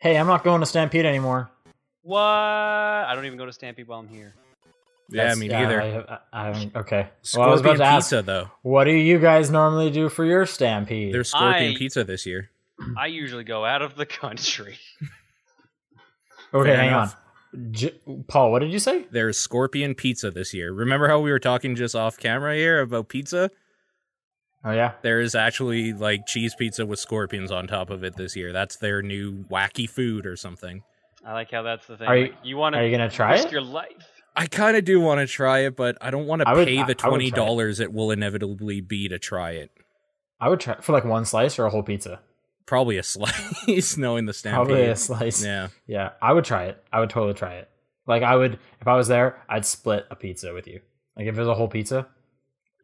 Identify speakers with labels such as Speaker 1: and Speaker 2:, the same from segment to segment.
Speaker 1: Hey, I'm not going to Stampede anymore.
Speaker 2: What? I don't even go to Stampede while I'm here.
Speaker 3: Yeah,
Speaker 1: That's-
Speaker 3: me
Speaker 1: yeah,
Speaker 3: neither.
Speaker 1: I, I, I haven't- okay. Well, I was
Speaker 3: Scorpion
Speaker 1: about to ask,
Speaker 3: pizza though.
Speaker 1: what do you guys normally do for your Stampede?
Speaker 3: There's Scorpion
Speaker 2: I-
Speaker 3: pizza this year.
Speaker 2: I usually go out of the country.
Speaker 1: okay,
Speaker 3: Fair
Speaker 1: hang
Speaker 3: enough.
Speaker 1: on. J- Paul, what did you say?
Speaker 3: There's Scorpion pizza this year. Remember how we were talking just off camera here about pizza?
Speaker 1: Oh yeah.
Speaker 3: There is actually like cheese pizza with scorpions on top of it this year. That's their new wacky food or something.
Speaker 2: I like how that's the thing.
Speaker 1: Are you-
Speaker 2: Like, you, want
Speaker 1: Are you
Speaker 2: to
Speaker 1: gonna try
Speaker 2: risk
Speaker 1: it?
Speaker 2: your life?
Speaker 3: I kind of do want to try it, but I don't want to
Speaker 1: I would-
Speaker 3: pay
Speaker 1: I- I
Speaker 3: the
Speaker 1: would
Speaker 3: twenty
Speaker 1: try
Speaker 3: dollars it will inevitably be to try it.
Speaker 1: I would try for like one slice or a whole pizza.
Speaker 3: Probably a slice, knowing the stampede.
Speaker 1: Probably a slice.
Speaker 3: Yeah,
Speaker 1: Yeah, I would try it. I would totally try it. Like I would if I was there, I'd split a pizza with you. Like if it was a whole pizza.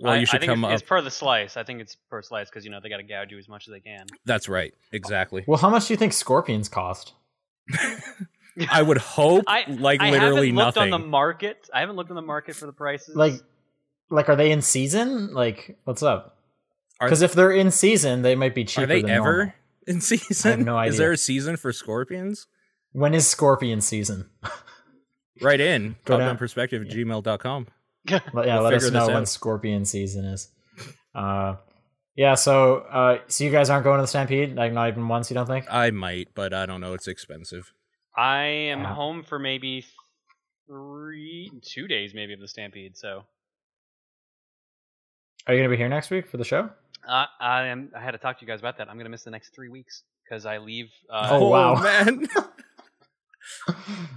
Speaker 3: Well,
Speaker 2: I,
Speaker 3: you
Speaker 2: I
Speaker 3: should
Speaker 2: think
Speaker 3: come
Speaker 2: it's,
Speaker 3: up.
Speaker 2: It's per the slice. I think it's per slice because you know they got to gouge you as much as they can.
Speaker 3: that's right. Exactly.
Speaker 1: Well, how much do you think scorpions cost?
Speaker 3: I would hope
Speaker 2: I-
Speaker 3: like
Speaker 2: I
Speaker 3: literally
Speaker 2: haven't looked
Speaker 3: nothing.
Speaker 2: on the market. I haven't looked on the market for the prices.
Speaker 1: Like like are they in season? Like what's up?
Speaker 3: Are-
Speaker 1: Because if they're in season, they might be cheaper.
Speaker 3: Are they
Speaker 1: than
Speaker 3: ever
Speaker 1: normal.
Speaker 3: in season?
Speaker 1: no
Speaker 3: Is
Speaker 1: idea.
Speaker 3: there a season for scorpions?
Speaker 1: When is scorpion season?
Speaker 3: Right in
Speaker 1: Go down.
Speaker 3: perspective at gmail.com.
Speaker 1: Let- yeah,
Speaker 3: We'll
Speaker 1: let us
Speaker 3: figure this
Speaker 1: know when
Speaker 3: out.
Speaker 1: scorpion season is. Uh, yeah, so uh, so you guys aren't going to the Stampede? Like not even once? You don't think?
Speaker 3: I might, but I don't know. It's expensive.
Speaker 2: I am
Speaker 1: Yeah.
Speaker 2: home for maybe three, two days maybe of the stampede. So
Speaker 1: Are you gonna be here next week for the show?
Speaker 2: uh, I am. I had to talk to you guys about that. I'm gonna miss the next three weeks because I leave. Uh,
Speaker 1: Oh, wow.
Speaker 3: man.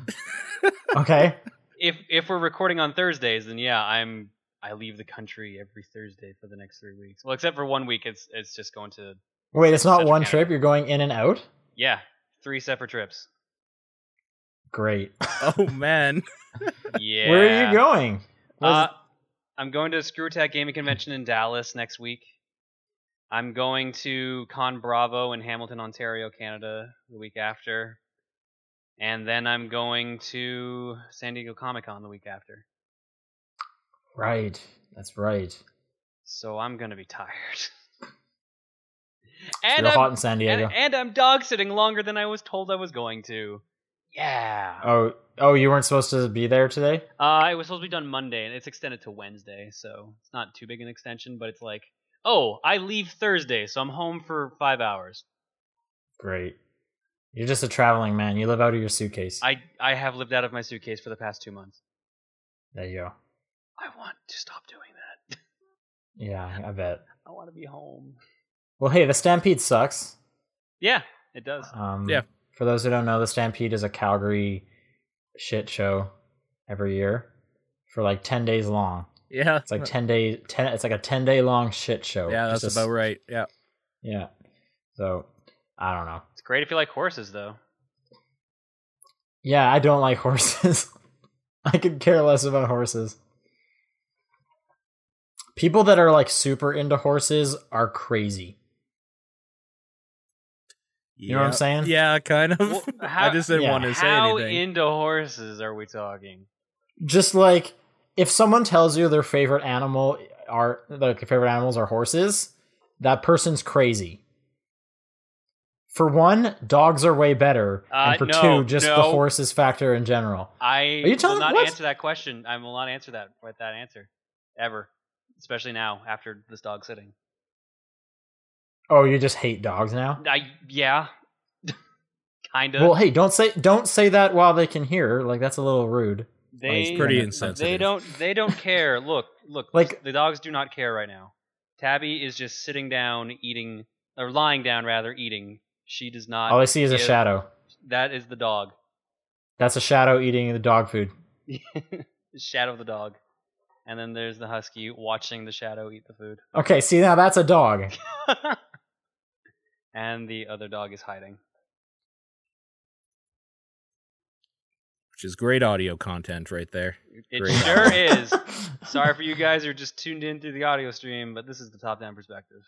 Speaker 1: okay.
Speaker 2: If if we're recording on Thursdays, then yeah, I'm. I leave the country every Thursday for the next three weeks. Well, except for one week, it's it's just going to
Speaker 1: Wait, it's not
Speaker 2: Central
Speaker 1: one
Speaker 2: Canada.
Speaker 1: trip. You're going in and out.
Speaker 2: yeah, three separate trips.
Speaker 1: Great.
Speaker 3: oh man.
Speaker 2: Yeah.
Speaker 1: Where are you going?
Speaker 2: Uh, I'm going to ScrewTech Gaming Convention in Dallas next week. I'm going to Con Bravo in Hamilton, Ontario, Canada the week after. And then I'm going to San Diego Comic Con the week after.
Speaker 1: right. That's right.
Speaker 2: So I'm going to be tired. and,
Speaker 1: You're hot
Speaker 2: I'm,
Speaker 1: in San Diego.
Speaker 2: and, and I'm dog sitting longer than I was told I was going to. Yeah.
Speaker 1: oh, oh, you weren't supposed to be there today.
Speaker 3: Oh.
Speaker 2: Uh, it was supposed to be done Monday, and it's extended to Wednesday, so it's not too big an extension, but it's like, oh, I leave Thursday, so I'm home for five hours.
Speaker 1: Great. You're just a traveling man. You live out of your suitcase.
Speaker 2: I, I have lived out of my suitcase for the past two months.
Speaker 1: there you go.
Speaker 2: I want to stop doing that.
Speaker 1: Yeah, I bet.
Speaker 2: I want to be home.
Speaker 1: Well, hey, the Stampede sucks.
Speaker 2: Yeah, it does.
Speaker 1: Um,
Speaker 3: Yeah.
Speaker 1: For those who don't know, the Stampede is a Calgary shit show every year for like ten days long.
Speaker 3: Yeah.
Speaker 1: It's like ten days. Ten. It's like a ten day long shit show.
Speaker 3: yeah, that's
Speaker 1: Just a s-
Speaker 3: about right. Yeah.
Speaker 1: Yeah. So I don't know.
Speaker 2: It's great if you like horses, though.
Speaker 1: Yeah, I don't like horses. I could care less about horses. People that are like super into horses are crazy. You know what I'm
Speaker 3: Yeah.
Speaker 1: saying?
Speaker 3: Yeah, kind of.
Speaker 2: Well,
Speaker 3: I
Speaker 2: how-
Speaker 3: just didn't
Speaker 1: yeah.
Speaker 3: want to say
Speaker 2: How
Speaker 3: anything.
Speaker 2: into horses are we talking?
Speaker 1: Just like if someone tells you their favorite animal are their favorite animals are horses, that person's crazy. For one, dogs are way better,
Speaker 2: Uh,
Speaker 1: and for
Speaker 2: no,
Speaker 1: two, just the
Speaker 2: no.
Speaker 1: horses factor in general.
Speaker 2: I
Speaker 1: you telling-
Speaker 2: will not
Speaker 1: what?
Speaker 2: answer that question. I will not answer that with that answer, ever. Especially now, after this dog sitting.
Speaker 1: Oh, you just hate dogs now?
Speaker 2: I yeah, kind of.
Speaker 1: Well, hey, don't say don't say that while they can hear. Like that's a little rude.
Speaker 2: they
Speaker 1: he's
Speaker 3: Pretty
Speaker 1: Yeah.
Speaker 3: insensitive.
Speaker 2: they don't they don't care. Look look
Speaker 1: Like-
Speaker 2: the dogs do not care right now. Tabby is just sitting down eating or lying down rather eating. She does not.
Speaker 1: All I see is a
Speaker 2: give-
Speaker 1: shadow.
Speaker 2: That is the dog.
Speaker 1: That's a shadow eating the dog food.
Speaker 2: shadow of the dog. And then there's the husky watching the shadow eat the food.
Speaker 1: Okay, see now that's a dog.
Speaker 2: and the other dog is hiding.
Speaker 3: Which is great audio content right there.
Speaker 2: It
Speaker 3: Great.
Speaker 2: sure is. Sorry for you guys who are just tuned in through the audio stream, but this is the top down perspective.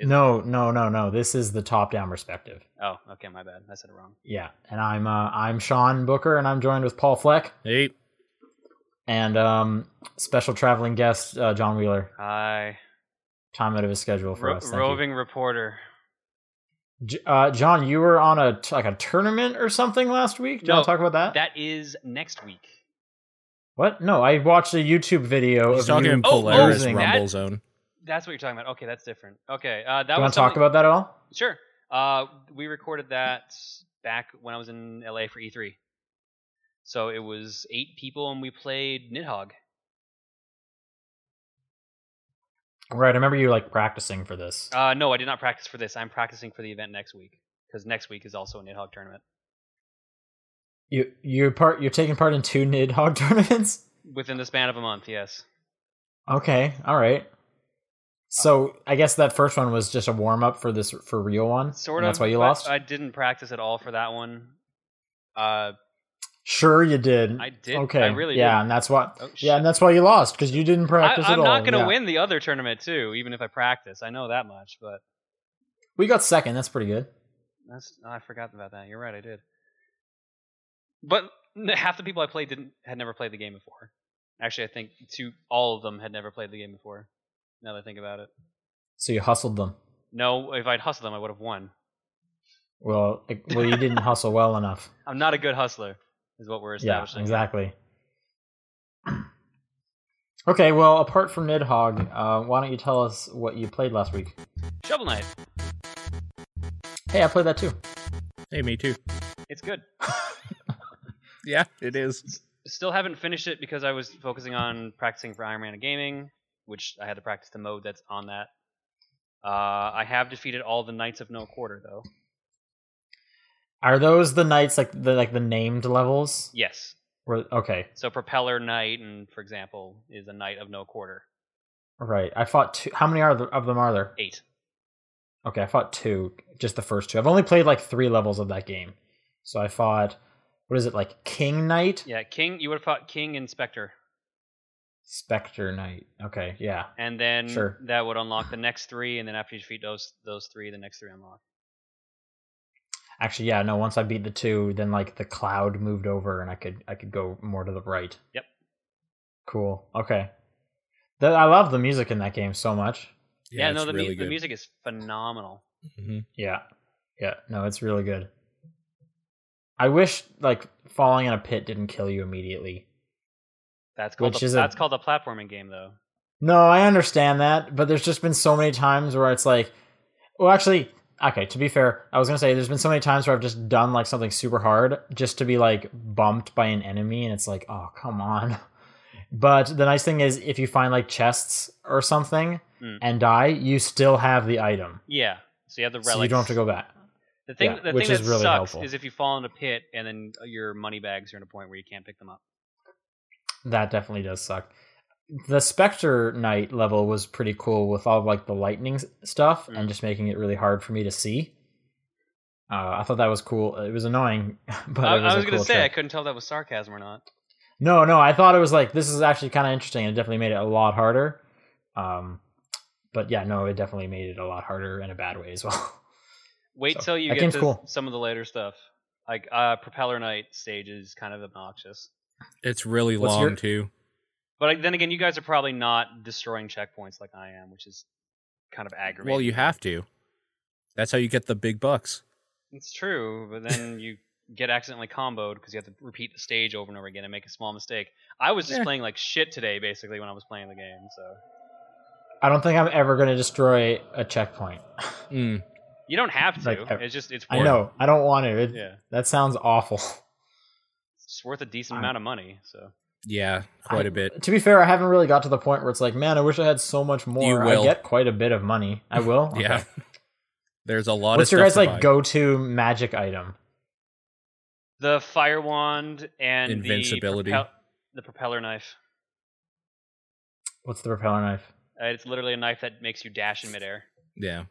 Speaker 1: No, no, no, no. This is the top-down perspective.
Speaker 2: Oh, okay, my bad. I said it wrong.
Speaker 1: Yeah, and I'm uh, I'm Sean Booker, and I'm joined with Paul Fleck
Speaker 3: Hey,
Speaker 1: and um, special traveling guest uh, John Wheeler.
Speaker 2: Hi.
Speaker 1: Time out of his schedule for
Speaker 2: Ro-
Speaker 1: us. Thank you.
Speaker 2: roving reporter.
Speaker 1: J- Uh, John, you were on a t- like a tournament or something last week. Do you
Speaker 2: No,
Speaker 1: want to talk about that?
Speaker 2: That is next week.
Speaker 1: What? No, I watched a YouTube video of
Speaker 3: He's talking
Speaker 1: you
Speaker 2: oh,
Speaker 3: Polaris
Speaker 1: losing.
Speaker 3: Rumble
Speaker 2: that-
Speaker 3: Zone.
Speaker 2: That's what you're talking about. Okay, that's different. Okay, uh, that
Speaker 1: Do you
Speaker 2: was
Speaker 1: want to talk
Speaker 2: something-
Speaker 1: about that at all?
Speaker 2: Sure. Uh, we recorded that back when I was in LA for E3. So it was eight people, and we played Nidhogg.
Speaker 1: Right. I remember you like practicing for this.
Speaker 2: Uh, no, I did not practice for this. I'm practicing for the event next week because next week is also a Nidhogg tournament
Speaker 1: you you part you're taking part in two Nidhogg tournaments.
Speaker 2: within the span of a month. Yes.
Speaker 1: Okay. All right. So I guess that first one was just a warm up for this for real one.
Speaker 2: Sort
Speaker 1: and
Speaker 2: of.
Speaker 1: That's why you
Speaker 2: but
Speaker 1: lost.
Speaker 2: I didn't practice at all for that one. Uh,
Speaker 1: sure, you did.
Speaker 2: I did.
Speaker 1: Okay.
Speaker 2: I really
Speaker 1: yeah,
Speaker 2: did.
Speaker 1: and that's why.
Speaker 2: Oh, shit.
Speaker 1: Yeah, and that's why you lost because you didn't
Speaker 2: I,
Speaker 1: practice
Speaker 2: I'm
Speaker 1: at all.
Speaker 2: not gonna
Speaker 1: Yeah.
Speaker 2: win the other tournament too, even if I practice. I know that much, but
Speaker 1: We got second. That's pretty good.
Speaker 2: That's oh, I forgot about that. You're right, I did. But n- half the people I played didn't had never played the game before. Actually, I think two all of them had never played the game before. Now that I think about it,
Speaker 1: So you hustled them.
Speaker 2: no, if I'd hustled them, I would have won.
Speaker 1: Well, like, well, you didn't hustle well enough.
Speaker 2: I'm not a good hustler, is what we're
Speaker 1: Yeah,
Speaker 2: establishing.
Speaker 1: exactly. okay, well, apart from Nidhogg, uh, why don't you tell us what you played last week?
Speaker 2: Shovel Knight,
Speaker 1: Hey, I played that too.
Speaker 3: Hey, me too.
Speaker 2: it's good.
Speaker 3: Yeah, it is.
Speaker 2: Still haven't finished it because I was focusing on practicing for Iron Man and Gaming, which I had to practice the mode that's on that. Uh, I have defeated all the Knights of No Quarter though.
Speaker 1: Are those the knights like the like the named levels?
Speaker 2: Yes,
Speaker 1: Where, okay,
Speaker 2: So Propeller Knight, and for example, is a Knight of No Quarter.
Speaker 1: right. I fought two. How many are there, of them are there?
Speaker 2: Eight.
Speaker 1: Okay, I fought two. Just the first two. I've only played like three levels of that game. So I fought. What is it like? King Knight,
Speaker 2: Yeah, King. You would have fought King and Spectre,
Speaker 1: Spectre Knight. Okay, yeah.
Speaker 2: and then
Speaker 1: Sure.
Speaker 2: that would unlock the next three, and then after you defeat those those three, the next three unlock.
Speaker 1: Actually, yeah. No, once I beat the two, then like the cloud moved over, and I could I could go more to the right.
Speaker 2: Yep.
Speaker 1: Cool. Okay. Th- I love the music in that game so much.
Speaker 2: Yeah, no,
Speaker 3: it's
Speaker 2: the, mu-
Speaker 3: really
Speaker 2: the
Speaker 3: good.
Speaker 2: music is phenomenal.
Speaker 3: Mhm.
Speaker 1: Yeah. Yeah. No, it's really good. I wish like falling in a pit didn't kill you immediately.
Speaker 2: That's called
Speaker 1: Which
Speaker 2: a,
Speaker 1: is a-
Speaker 2: that's called a platforming game, though.
Speaker 1: No, I understand that, but there's just been so many times where it's like, well, actually, okay. To be fair, I was gonna say there's been so many times where I've just done like something super hard just to be like bumped by an enemy, and it's like, oh, come on. But the nice thing is, if you find like chests or something
Speaker 2: Mm.
Speaker 1: and die, you still have the item,
Speaker 2: Yeah. So you have the relics.
Speaker 1: so you don't have to go back.
Speaker 2: The thing,
Speaker 1: yeah,
Speaker 2: the
Speaker 1: which
Speaker 2: thing
Speaker 1: is
Speaker 2: that
Speaker 1: really
Speaker 2: sucks
Speaker 1: helpful.
Speaker 2: is if you fall in a pit and then uh, your money bags are in a point where you can't pick them up.
Speaker 1: That definitely does suck. The Spectre Knight level was pretty cool with all like the lightning s- stuff
Speaker 2: Mm.
Speaker 1: and just making it really hard for me to see. Uh, I thought that was cool. It was annoying, but
Speaker 2: I,
Speaker 1: it was
Speaker 2: I was
Speaker 1: a
Speaker 2: gonna
Speaker 1: cool
Speaker 2: say I
Speaker 1: trick.
Speaker 2: couldn't tell if that was sarcasm or not.
Speaker 1: no, no. I thought it was like this is actually kind of interesting. It definitely made it a lot harder. Um, but yeah, no, it definitely made it a lot harder in a bad way as well.
Speaker 2: Wait
Speaker 1: So,
Speaker 2: till you
Speaker 1: that
Speaker 2: get
Speaker 1: game's
Speaker 2: to
Speaker 1: cool.
Speaker 2: some of the later stuff. Like uh, Propeller Knight stage is kind of obnoxious,
Speaker 3: It's really
Speaker 1: What's
Speaker 3: long
Speaker 1: your-
Speaker 3: too.
Speaker 2: but like, then again, you guys are probably not destroying checkpoints like I am, which is kind of aggravating.
Speaker 3: Well, you have to. That's how you get the big bucks.
Speaker 2: It's true, but then you get accidentally comboed because you have to repeat the stage over and over again and make a small mistake. I was just
Speaker 3: Yeah.
Speaker 2: playing like shit today, basically, when I was playing the game. So
Speaker 1: I don't think I'm ever going to destroy a checkpoint.
Speaker 3: Mm.
Speaker 2: you don't have to.
Speaker 1: Like, I-
Speaker 2: it's just it's.
Speaker 1: I
Speaker 2: worth-
Speaker 1: know. I don't want to. It,
Speaker 2: Yeah,
Speaker 1: That sounds awful.
Speaker 2: it's worth a decent
Speaker 1: I'm-
Speaker 2: amount of money. So
Speaker 3: Yeah, quite a bit.
Speaker 1: to be fair, I haven't really got to the point where it's like, man, I wish I had so much more.
Speaker 3: You will.
Speaker 1: I get quite a bit of money. I will.
Speaker 3: Yeah.
Speaker 1: Okay.
Speaker 3: There's a lot
Speaker 1: What's
Speaker 3: of
Speaker 1: your guys
Speaker 3: stuff to
Speaker 1: like
Speaker 3: buy.
Speaker 1: go to magic item?
Speaker 2: the fire wand and
Speaker 3: Invincibility.
Speaker 2: the, propel- the propeller knife.
Speaker 1: What's the propeller knife?
Speaker 2: Uh, it's literally a knife that makes you dash in midair.
Speaker 3: Yeah.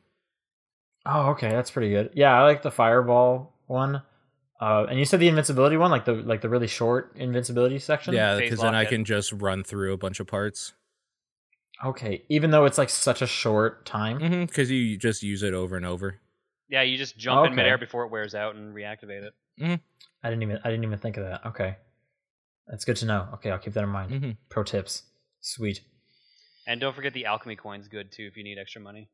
Speaker 1: Oh, okay, that's pretty good. Yeah, I like the fireball one. Uh, and you said the invincibility one, like the like the really short invincibility section.
Speaker 3: Yeah,
Speaker 2: phase
Speaker 3: because then
Speaker 2: lock
Speaker 3: I
Speaker 2: it.
Speaker 3: can just run through a bunch of parts.
Speaker 1: Okay, even though it's like such a short time.
Speaker 3: Because Mm-hmm. you just use it over and over.
Speaker 2: Yeah, you just jump in
Speaker 1: Okay.
Speaker 2: midair before it wears out and reactivate it.
Speaker 1: I didn't even I didn't even think of that. Okay, that's good to know. Okay, I'll keep that in mind.
Speaker 3: hmm
Speaker 1: Pro tips. Sweet.
Speaker 2: And don't forget the alchemy coin's good too if you need extra money.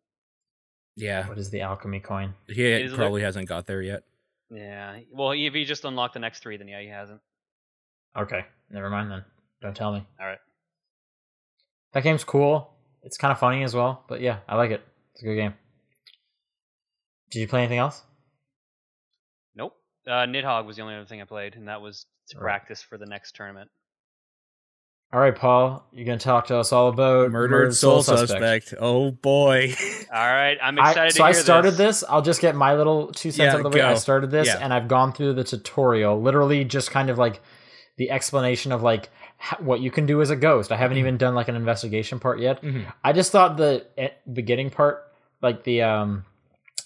Speaker 3: Yeah,
Speaker 1: What is the alchemy coin?
Speaker 3: he
Speaker 2: Is there-
Speaker 3: probably hasn't got there yet.
Speaker 2: Yeah. Well, if he just unlocked the next three, then yeah, he hasn't.
Speaker 1: Okay, never mind then. Don't tell me.
Speaker 2: All right.
Speaker 1: That game's cool. It's kind of funny as well, but yeah, I like it. It's a good game. Did you play anything else?
Speaker 2: Nope. Uh, Nidhogg was the only other thing I played, and that was to
Speaker 1: All right.
Speaker 2: practice for the next tournament.
Speaker 1: All right, Paul, you're gonna talk to us all about
Speaker 3: Murdered soul suspect. Oh boy.
Speaker 2: All right. I'm
Speaker 1: I-
Speaker 2: excited. to
Speaker 1: so I
Speaker 2: hear
Speaker 1: started this. I'll just get my little two cents
Speaker 3: Yeah,
Speaker 1: out of the way. I
Speaker 3: go.
Speaker 1: started this,
Speaker 3: Yeah.
Speaker 1: and I've gone through the tutorial, literally just kind of like the explanation of like h- what you can do as a ghost. I haven't
Speaker 3: Mhm.
Speaker 1: even done like an investigation part yet.
Speaker 3: Mhm.
Speaker 1: I just thought the e- beginning part, like the um,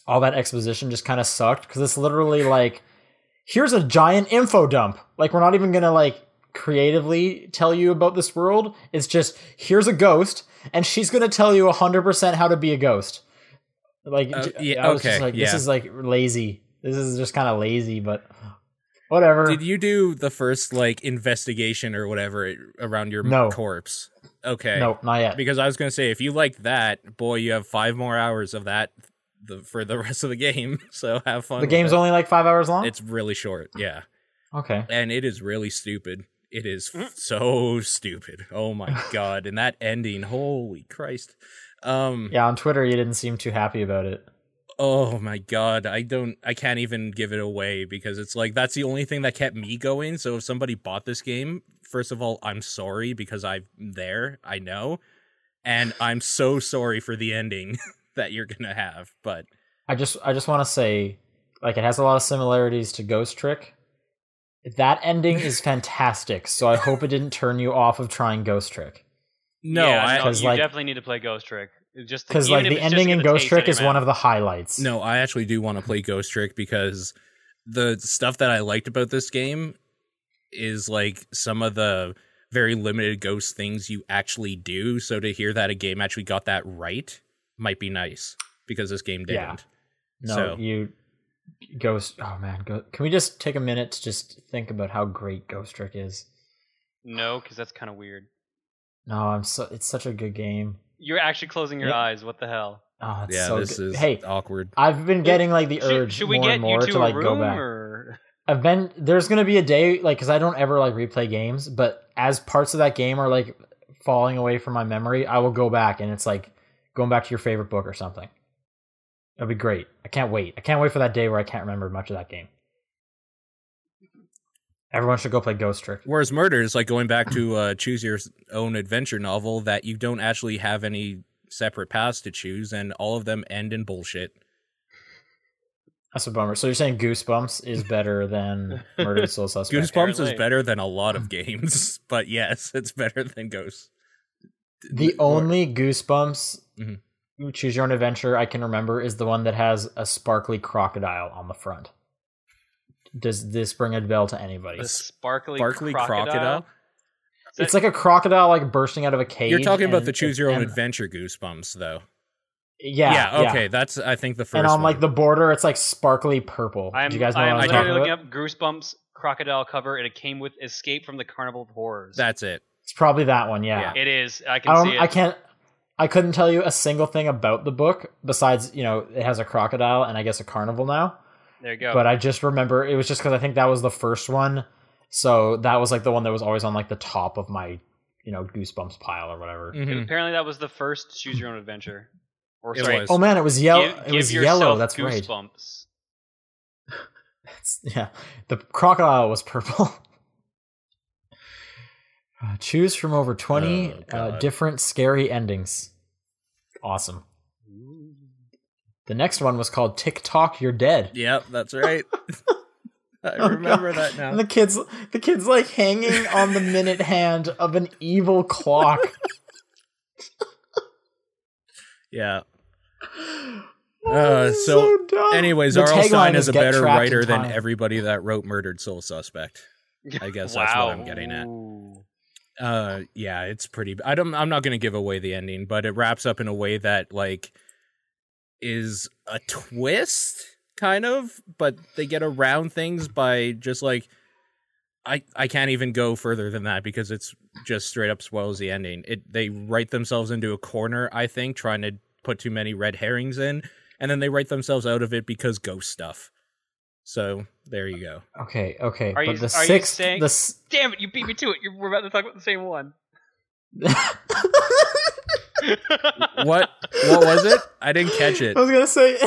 Speaker 1: all that exposition, just kind of sucked because it's literally like, here's a giant info dump. Like we're not even gonna like creatively tell you about this world. It's just here's a ghost, and she's gonna tell you hundred percent how to be a ghost. Like
Speaker 3: Oh,
Speaker 1: j-
Speaker 3: yeah,
Speaker 1: I was just
Speaker 3: okay,
Speaker 1: like, this
Speaker 3: yeah.
Speaker 1: is like lazy. This is just kind of lazy, but whatever.
Speaker 3: Did you do the first like investigation or whatever around your
Speaker 1: No.
Speaker 3: corpse? Okay.
Speaker 1: no, not yet.
Speaker 3: Because I was going to say if you like that, boy, you have 5 more hours of that the, for the rest of the game. So have fun.
Speaker 1: The
Speaker 3: with
Speaker 1: game's
Speaker 3: it.
Speaker 1: only like five hours long.
Speaker 3: It's really short. Yeah.
Speaker 1: okay.
Speaker 3: and it is really stupid. It is f- so stupid. Oh my god! And that ending, holy Christ! Um,
Speaker 1: Yeah, on Twitter you didn't seem too happy about it.
Speaker 3: oh my god! I don't, I can't even give it away because it's like that's the only thing that kept me going. So if somebody bought this game, first of all, I'm sorry because I'm there. I know, and I'm so sorry for the ending that you're gonna have. But
Speaker 1: I just I just want to say, like, it has a lot of similarities to Ghost Trick. That ending is fantastic, so I hope it didn't turn you off of trying Ghost Trick.
Speaker 3: no,
Speaker 2: yeah,
Speaker 3: I.
Speaker 2: no,
Speaker 1: 'Cause,
Speaker 2: you
Speaker 1: like-
Speaker 2: definitely need to play Ghost Trick. Just
Speaker 1: Because like the ending in Ghost Trick is one of the highlights.
Speaker 3: No, I actually do want to play Ghost Trick because the stuff that I liked about this game is like some of the very limited ghost things you actually do. So to hear that a game actually got that right might be nice because this game
Speaker 1: Yeah.
Speaker 3: didn't.
Speaker 1: no,
Speaker 3: so-
Speaker 1: you Ghost. Oh man, go, can we just take a minute to just think about how great Ghost Trick is?
Speaker 2: No, because that's kind of weird.
Speaker 1: No, I'm so it's such a good game.
Speaker 2: You're actually closing your
Speaker 1: Yeah.
Speaker 2: eyes. What the hell?
Speaker 1: Oh, it's
Speaker 3: Yeah,
Speaker 1: so
Speaker 3: this
Speaker 1: good.
Speaker 3: is
Speaker 1: hey,
Speaker 3: awkward.
Speaker 1: I've been getting like the
Speaker 2: Should-
Speaker 1: urge
Speaker 2: should we
Speaker 1: more
Speaker 2: get
Speaker 1: and more
Speaker 2: you to,
Speaker 1: to
Speaker 2: a
Speaker 1: like
Speaker 2: room
Speaker 1: go back.
Speaker 2: or
Speaker 1: I've been there's gonna be a day like because I don't ever like replay games, but as parts of that game are like falling away from my memory, I will go back and it's like going back to your favorite book or something. That'd be great. I can't wait. I can't wait for that day where I can't remember much of that game. Everyone should go play Ghost Trick.
Speaker 3: Whereas Murder is like going back to uh, choose your own adventure novel that you don't actually have any separate paths to choose, and all of them end in bullshit.
Speaker 1: That's a bummer. So you're saying Goosebumps is better than Murdered Soul Suspect?
Speaker 3: Goosebumps is
Speaker 2: Apparently.
Speaker 3: better than a lot of games, but yes, it's better than Ghost.
Speaker 1: The
Speaker 3: Or-
Speaker 1: only Goosebumps
Speaker 3: Mhm.
Speaker 1: Choose Your Own Adventure I can remember is the one that has a sparkly crocodile on the front. Does this bring a bell to anybody?
Speaker 2: the sparkly,
Speaker 3: Barkley crocodile.
Speaker 2: Is
Speaker 1: It's like
Speaker 2: that-
Speaker 1: a crocodile like bursting out of a cage.
Speaker 3: You're talking about
Speaker 1: and-
Speaker 3: the choose your own
Speaker 1: and-
Speaker 3: adventure goosebumps though.
Speaker 1: Yeah.
Speaker 3: okay, that's I think the first
Speaker 1: And on
Speaker 3: one.
Speaker 1: like the border, it's like sparkly purple.
Speaker 2: I'm,
Speaker 1: Do you guys know
Speaker 2: I'm
Speaker 1: what I'm
Speaker 2: literally
Speaker 1: talking
Speaker 2: looking
Speaker 1: about?
Speaker 2: up Goosebumps crocodile cover, and it came with Escape from the Carnival of Horrors.
Speaker 3: that's it.
Speaker 1: It's probably that one. Yeah.
Speaker 2: it is. I can
Speaker 1: I
Speaker 2: see
Speaker 1: don't.
Speaker 2: it.
Speaker 1: I can't. I couldn't tell you a single thing about the book besides you know it has a crocodile and I guess a carnival now.
Speaker 2: there you go.
Speaker 1: But I just remember it was just because I think that was the first one, so that was like the one that was always on like the top of my you know goosebumps pile or whatever.
Speaker 2: Mm.
Speaker 3: Mhm.
Speaker 2: Apparently, that was the first Choose Your Own Adventure. Or
Speaker 3: It
Speaker 2: sorry,
Speaker 3: was.
Speaker 1: Oh man, it was yellow.
Speaker 2: give,
Speaker 1: It
Speaker 2: give
Speaker 1: was
Speaker 2: yourself
Speaker 1: yellow. That's right.
Speaker 2: goosebumps.
Speaker 1: That's- yeah, the crocodile was purple. Uh, choose from over 20
Speaker 3: Oh,
Speaker 1: uh,
Speaker 3: God.
Speaker 1: different scary endings. Awesome. The next one was called TikTok You're Dead.
Speaker 3: Yep, that's right. I
Speaker 1: Oh,
Speaker 3: remember
Speaker 1: God.
Speaker 3: that now.
Speaker 1: And the kids the kids like hanging on the minute hand of an evil clock.
Speaker 3: yeah.
Speaker 1: Oh,
Speaker 3: Uh,
Speaker 1: this is
Speaker 3: so,
Speaker 1: dumb.
Speaker 3: Anyways,
Speaker 1: The
Speaker 3: R.L. Stein
Speaker 1: tagline
Speaker 3: is a
Speaker 1: "Get
Speaker 3: better
Speaker 1: trapped in
Speaker 3: writer than
Speaker 1: time."
Speaker 3: everybody that wrote Murdered Soul Suspect. I guess that's what I'm getting at.
Speaker 2: Ooh.
Speaker 3: uh yeah it's pretty i don't i'm not gonna give away the ending but it wraps up in a way that like is a twist kind of but they get around things by just like i i can't even go further than that because it's just straight up spoils the ending it they write themselves into a corner i think trying to put too many red herrings in and then they write themselves out of it because ghost stuff. So there you go.
Speaker 1: Okay, okay.
Speaker 2: Are
Speaker 1: but
Speaker 2: you-
Speaker 1: the
Speaker 2: are you
Speaker 1: sixth,
Speaker 2: saying-
Speaker 1: the s-
Speaker 2: Damn it, you beat me to it. You were about to talk about the same one.
Speaker 3: What what was it? I didn't catch it.
Speaker 1: I was gonna say.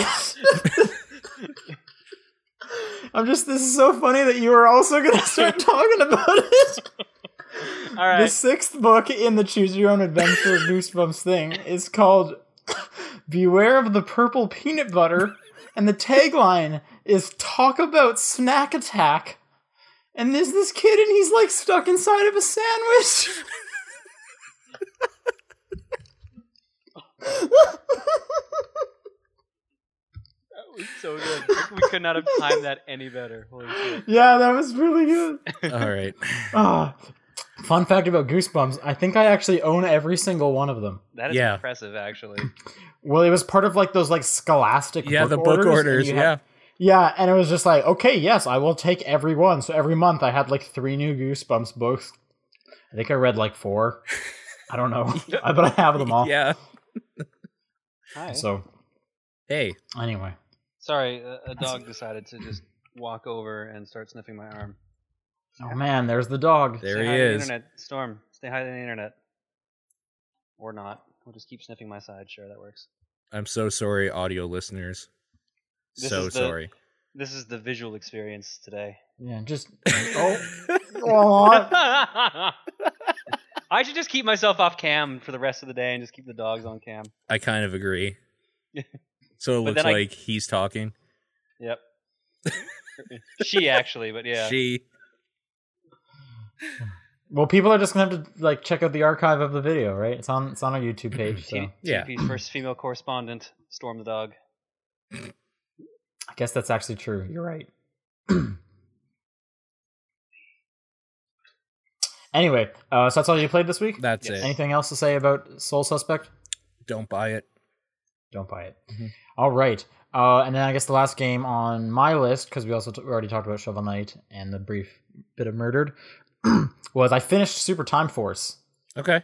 Speaker 1: I'm just. This is so funny that you were also gonna start talking about it.
Speaker 2: All right.
Speaker 1: The sixth book in the Choose Your Own Adventure Goosebumps thing is called "Beware of the Purple Peanut Butter," and the tagline is "Talk about snack attack." And there's this kid, and he's like stuck inside of a sandwich.
Speaker 2: That was so good. We could not have timed that any better. Holy shit.
Speaker 1: yeah, that was really good.
Speaker 3: All right.
Speaker 1: Ah, fun fact about Goosebumps: I think I actually own every single one of them.
Speaker 2: That is
Speaker 3: Yeah.
Speaker 2: impressive, actually.
Speaker 1: Well, it was part of like those like Scholastic.
Speaker 3: Yeah, the book
Speaker 1: and
Speaker 3: orders,
Speaker 1: you
Speaker 3: yeah.
Speaker 1: had- yeah, and it was just like, okay, yes, I will take every one. So every month I had like three new Goosebumps books. I think I read like four. I don't know, but I have them all.
Speaker 3: Yeah.
Speaker 2: Hi.
Speaker 1: So
Speaker 3: Hey,
Speaker 1: anyway,
Speaker 2: Sorry, a, a dog decided to just walk over and start sniffing my arm.
Speaker 1: oh man, there's the dog.
Speaker 3: there
Speaker 2: Say
Speaker 3: he
Speaker 2: hi to the
Speaker 3: is.
Speaker 2: internet. Storm, stay high to the internet. Or not. We'll just keep sniffing my side. Sure, that works.
Speaker 3: I'm so sorry, audio listeners.
Speaker 2: This
Speaker 3: so
Speaker 2: is the-
Speaker 3: sorry.
Speaker 2: This is the visual experience today.
Speaker 1: Yeah, just oh, aw.
Speaker 3: Uh,
Speaker 2: I should just keep myself off cam for the rest of the day and just keep the dogs on cam.
Speaker 3: I kind of agree. So it
Speaker 2: But
Speaker 3: looks
Speaker 2: then I-
Speaker 3: like he's talking.
Speaker 2: Yep. she actually, but yeah.
Speaker 3: She
Speaker 1: well, people are just gonna have to like check out the archive of the video, right? It's on it's on our YouTube page. So
Speaker 2: T-
Speaker 3: Yeah.
Speaker 2: TP's first female correspondent, Storm the dog.
Speaker 1: I guess that's actually true. You're right. anyway, uh, so that's all you played this week.
Speaker 3: that's
Speaker 2: Yes.
Speaker 3: it.
Speaker 1: Anything else to say about Soul Suspect?
Speaker 3: Don't buy it.
Speaker 1: Don't buy it.
Speaker 3: Mhm.
Speaker 1: All right. Uh, and then I guess the last game on my list, because we also t- we already talked about Shovel Knight and the brief bit of Murdered, was I finished Super Time Force.
Speaker 3: Okay.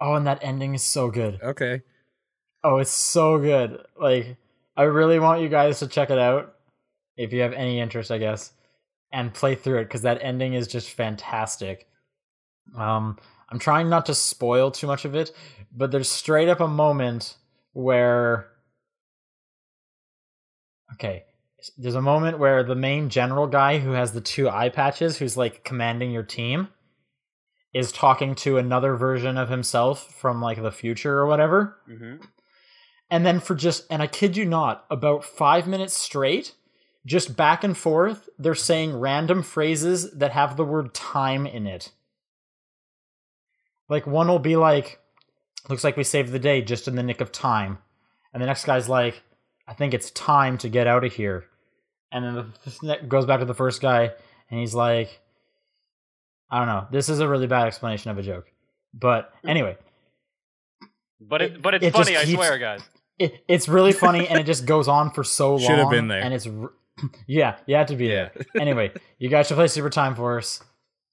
Speaker 1: Oh, and that ending is so good.
Speaker 3: Okay.
Speaker 1: Oh, it's so good. Like, I really want you guys to check it out if you have any interest, I guess, and play through it because that ending is just fantastic. Um, I'm trying not to spoil too much of it, but there's straight up a moment where. Okay. There's a moment where the main general guy who has the two eye patches, who's like commanding your team, is talking to another version of himself from like the future or whatever.
Speaker 2: Mm-hmm.
Speaker 1: And then for just, and I kid you not, about five minutes straight, just back and forth, they're saying random phrases that have the word time in it. Like one will be like, looks like we saved the day just in the nick of time. And the next guy's like, I think it's time to get out of here. And then the this ne- goes back to the first guy, and he's like, I don't know. This is a really bad explanation of a joke. But anyway,
Speaker 2: But it,
Speaker 1: It-
Speaker 2: but it's
Speaker 1: it just
Speaker 2: funny, I
Speaker 1: keeps-
Speaker 2: swear, guys.
Speaker 1: it, it's really funny and it just goes on for so long.
Speaker 3: Should have been there.
Speaker 1: And it's r- yeah, you had to be
Speaker 3: Yeah.
Speaker 1: there. Anyway, you guys should play Super Time Force.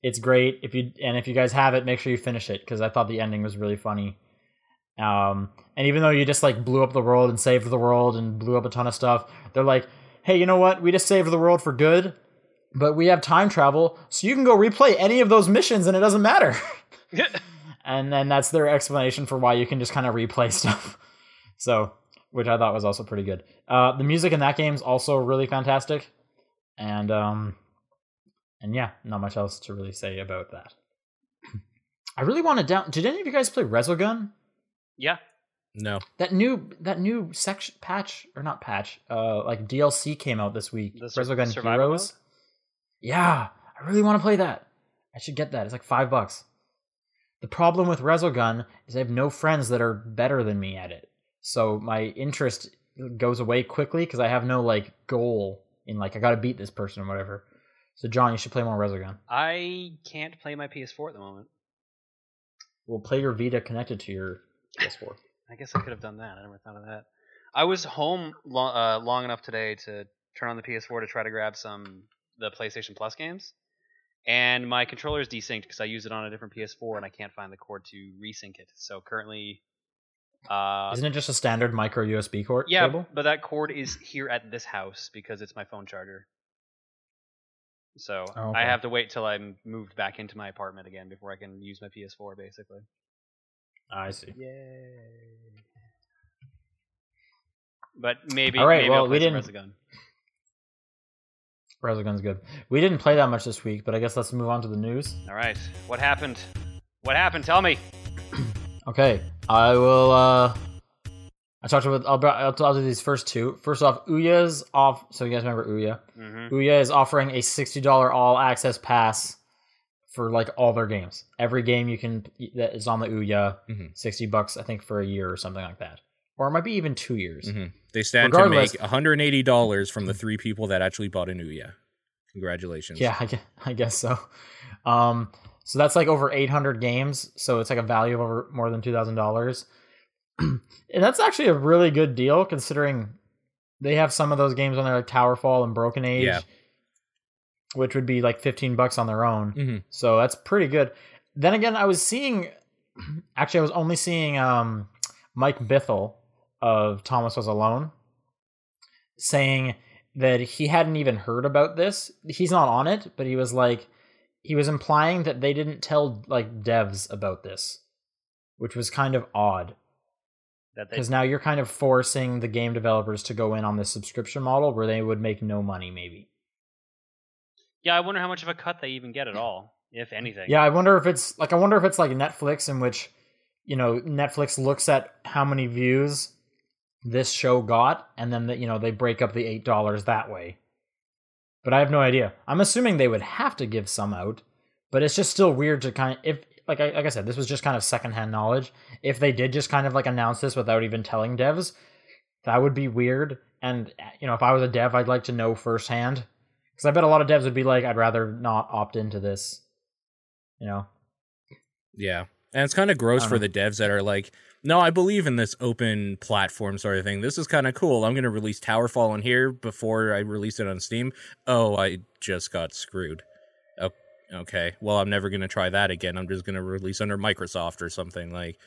Speaker 1: It's great if you and if you guys have it, make sure you finish it because I thought the ending was really funny. Um, and even though you just like blew up the world and saved the world and blew up a ton of stuff, they're like, hey, you know what? We just saved the world for good, but we have time travel, so you can go replay any of those missions and it doesn't matter. and then that's their explanation for why you can just kind of replay stuff. So, which I thought was also pretty good. Uh, the music in that game is also really fantastic, and um, and yeah, not much else to really say about that. I really want to down. Did any of you guys play Resogun?
Speaker 2: yeah.
Speaker 3: No.
Speaker 1: That new that new section patch or not patch, uh, like DLC came out this week.
Speaker 2: The sur-
Speaker 1: Resogun
Speaker 2: survival
Speaker 1: Heroes. Yeah, I really want to play that. I should get that. It's like five bucks. The problem with Resogun is I have no friends that are better than me at it, so my interest goes away quickly because I have no like goal in like I got to beat this person or whatever. So John, you should play more Resogun.
Speaker 2: I can't play my PS4 at the moment.
Speaker 1: We'll play your Vita connected to your PS4.
Speaker 2: I guess I could have done that. I never thought of that. I was home long, uh, long enough today to turn on the PS4 to try to grab some the PlayStation Plus games, and my controller is desynced because I used it on a different PS4 and I can't find the cord to resync it. So currently, Uh,
Speaker 1: Isn't it just a standard micro USB cord?
Speaker 2: yeah,
Speaker 1: cable?
Speaker 2: but that cord is here at this house because it's my phone charger. So
Speaker 3: Oh,
Speaker 2: I
Speaker 3: okay.
Speaker 2: have to wait till I'm moved back into my apartment again before I can use my PS4, basically.
Speaker 1: Ah, I see.
Speaker 2: Yay! But maybe,
Speaker 1: All right,
Speaker 2: maybe
Speaker 1: well,
Speaker 2: I'll
Speaker 1: we
Speaker 2: play some
Speaker 1: didn't-
Speaker 2: Resogun.
Speaker 1: Resogun's good. We didn't play that much this week, but I guess let's move on to the news.
Speaker 2: All right, what happened? What happened? Tell me.
Speaker 1: Okay, I will. uh I talked about. I'll, I'll, I'll do these first two. First off, Uya's off. So you guys remember Uya?
Speaker 2: hmm
Speaker 1: Ouya is offering a sixty dollar all access pass for like all their games. Every game you can that is on the Ouya,
Speaker 3: Mhm.
Speaker 1: sixty bucks I think for a year or something like that, or it might be even two years.
Speaker 3: Mhm. They stand
Speaker 1: Regardless-
Speaker 3: to make $180 from the three people that actually bought a Ouya. Congratulations.
Speaker 1: Yeah, I guess, I guess so. Um, so that's like over eight hundred games. So it's like a value of over more than two thousand dollars, and that's actually a really good deal considering they have some of those games on there like Towerfall and Broken Age,
Speaker 3: Yeah.
Speaker 1: which would be like fifteen bucks on their own.
Speaker 3: Mhm.
Speaker 1: So that's pretty good. Then again, I was seeing actually I was only seeing um Mike Bithell of Thomas Was Alone saying that he hadn't even heard about this. He's not on it, but he was like he was implying that they didn't tell like devs about this, which was kind of odd
Speaker 2: That they
Speaker 1: because now you're kind of forcing the game developers to go in on this subscription model where they would make no money maybe.
Speaker 2: Yeah, I wonder how much of a cut they even get at all, if anything.
Speaker 1: Yeah, I wonder if it's like I wonder if it's like Netflix in which you know Netflix looks at how many views this show got and then that you know they break up the eight dollars that way. But I have no idea. I'm assuming they would have to give some out, but it's just still weird to kind of if like I, like I said this was just kind of secondhand knowledge. If they did just kind of like announce this without even telling devs, that would be weird. And you know if I was a dev, I'd like to know firsthand because I bet a lot of devs would be like, I'd rather not opt into this you know
Speaker 3: Yeah. And it's kind of gross
Speaker 1: I
Speaker 3: for
Speaker 1: don't
Speaker 3: the devs that are like, no, I believe in this open platform sort of thing. This is kind of cool. I'm going to release Towerfall on here before I release it on Steam. Oh, I just got screwed. Oh, okay. Well, I'm never going to try that again. I'm just going to release under Microsoft or something. Like,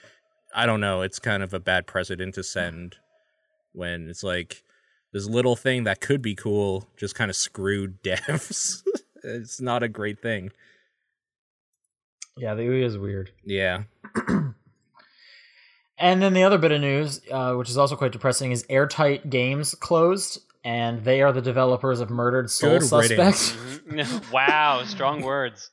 Speaker 3: I don't know. It's kind of a bad precedent to send when it's like this little thing that could be cool just kind of screwed devs. it's not a great thing.
Speaker 1: yeah the Ouya is weird
Speaker 3: Yeah.
Speaker 1: and then the other bit of news uh, which is also quite depressing is airtight games closed and they are the developers of murdered soul
Speaker 3: Good riddance.
Speaker 1: suspects
Speaker 2: Mhm. wow, strong words.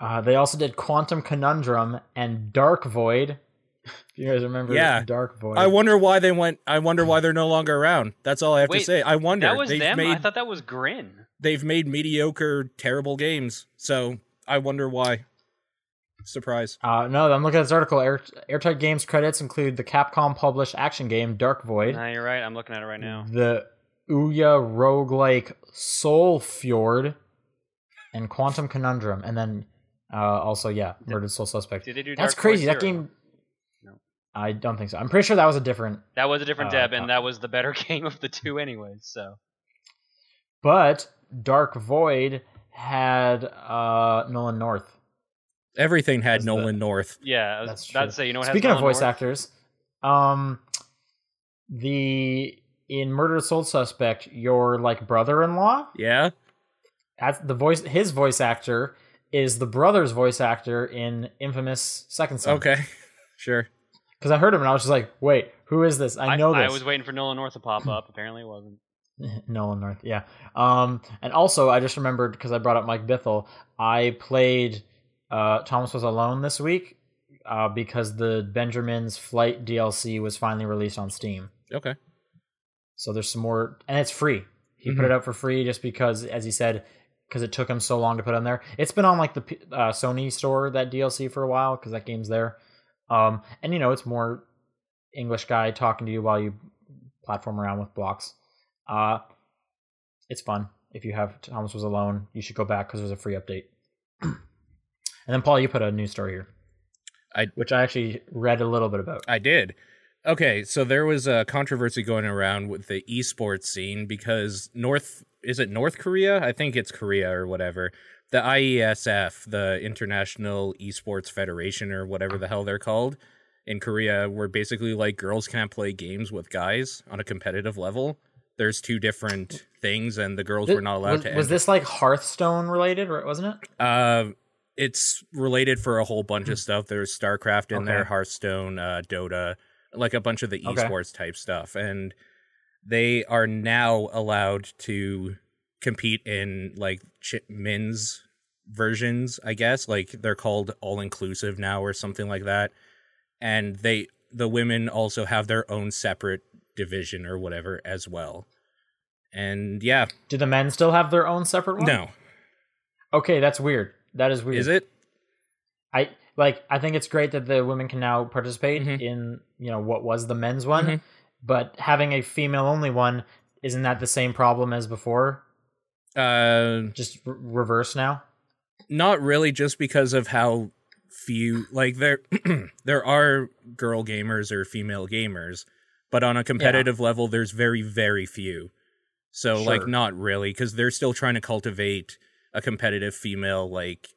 Speaker 1: uh, they also did quantum conundrum and dark void if you guys remember
Speaker 3: Yeah.
Speaker 1: dark void
Speaker 3: I wonder why they went. I wonder why they're no longer around. That's all I have
Speaker 2: Wait,
Speaker 3: to say. I wonder.
Speaker 2: That was
Speaker 3: they've
Speaker 2: them.
Speaker 3: made
Speaker 2: I thought that was Grin.
Speaker 3: they've made mediocre, terrible games. So I wonder why. Surprise.
Speaker 1: uh, no i'm looking at this article Air- airtight games credits include the capcom published action game dark void
Speaker 2: Nah, you're right. I'm looking at it right now.
Speaker 1: the Ouya roguelike Soul Fjord and Quantum Conundrum, and then uh, also yeah, Murdered Soul Suspect.
Speaker 2: Did they do
Speaker 1: That's
Speaker 2: Dark Force
Speaker 1: crazy. That
Speaker 2: Zero?
Speaker 1: game.
Speaker 2: No.
Speaker 1: I don't think so. I'm pretty sure that was a different.
Speaker 2: That was a different
Speaker 1: Oh, I
Speaker 2: deb,
Speaker 1: thought-
Speaker 2: and that was the better game of the two, anyways. So
Speaker 1: But Dark Void had uh, Nolan North.
Speaker 3: Everything had
Speaker 1: That's
Speaker 3: Nolan
Speaker 1: the-
Speaker 3: North.
Speaker 2: yeah, I was
Speaker 1: That's
Speaker 2: about
Speaker 1: true.
Speaker 2: to say, you know what?
Speaker 1: Speaking
Speaker 2: Oh, has
Speaker 1: of
Speaker 2: Nolan
Speaker 1: voice
Speaker 2: North?
Speaker 1: actors, um, the in Murdered Soul Suspect, your like brother-in-law
Speaker 3: Yeah.
Speaker 1: That's the voice. His voice actor is the brother's voice actor in Infamous Second Son.
Speaker 3: Okay. Sure.
Speaker 1: Because I heard him and I was just like, wait, who is this? I know
Speaker 2: I,
Speaker 1: this.
Speaker 2: was waiting for Nolan North to pop up. Apparently, it wasn't.
Speaker 1: Nolan North. Yeah. Um, and also, I just remembered because I brought up Mike Bithell. I played uh, Thomas Was Alone this week uh, because the Benjamin's Flight DLC was finally released on Steam.
Speaker 3: Okay.
Speaker 1: So there's some more, and it's free. He
Speaker 3: Mhm.
Speaker 1: put it out for free just because, as he said, because it took him so long to put on there. It's been on like the P- uh, Sony store that DLC for a while because that game's there. Um, and you know, it's more English guy talking to you while you platform around with blocks. Uh, it's fun. If you have Thomas was alone, you should go back because there's a free update. and then Paul, you put a new story here,
Speaker 3: I-
Speaker 1: which I actually read a little bit about.
Speaker 3: I did. Okay, so there was a controversy going around with the esports scene because North is it North Korea? I think it's Korea or whatever. The E IESF, the International Esports Federation or whatever the hell they're called, in Korea where basically like girls can't play games with guys on a competitive level. There's two different things, and the girls were not allowed
Speaker 1: was,
Speaker 3: to.
Speaker 1: Was
Speaker 3: enter.
Speaker 1: this like Hearthstone related, or wasn't it?
Speaker 3: Uh, it's related for a whole bunch of stuff. There's StarCraft in there,
Speaker 1: Hmm. Okay.
Speaker 3: Hearthstone, uh, Dota, like a bunch of the
Speaker 1: Okay.
Speaker 3: esports type stuff, and they are now allowed to compete in like ch- men's versions, I guess. Like they're called all inclusive now or something like that, and they the women also have their own separate division or whatever as well. And yeah,
Speaker 1: Do the men still have their own separate one?
Speaker 3: no,
Speaker 1: Okay, that's weird. That is weird.
Speaker 3: is it?
Speaker 1: I like. I think it's great that the women can now participate
Speaker 3: Mhm.
Speaker 1: in you know what was the men's one,
Speaker 3: Mhm.
Speaker 1: but having a female only one isn't that the same problem as before?
Speaker 3: Uh,
Speaker 1: Just re- reverse now.
Speaker 3: not really just because of how few like there there are girl gamers or female gamers but on a competitive level there's very very few so like
Speaker 1: Sure.
Speaker 3: not really cuz they're still trying to cultivate a competitive female like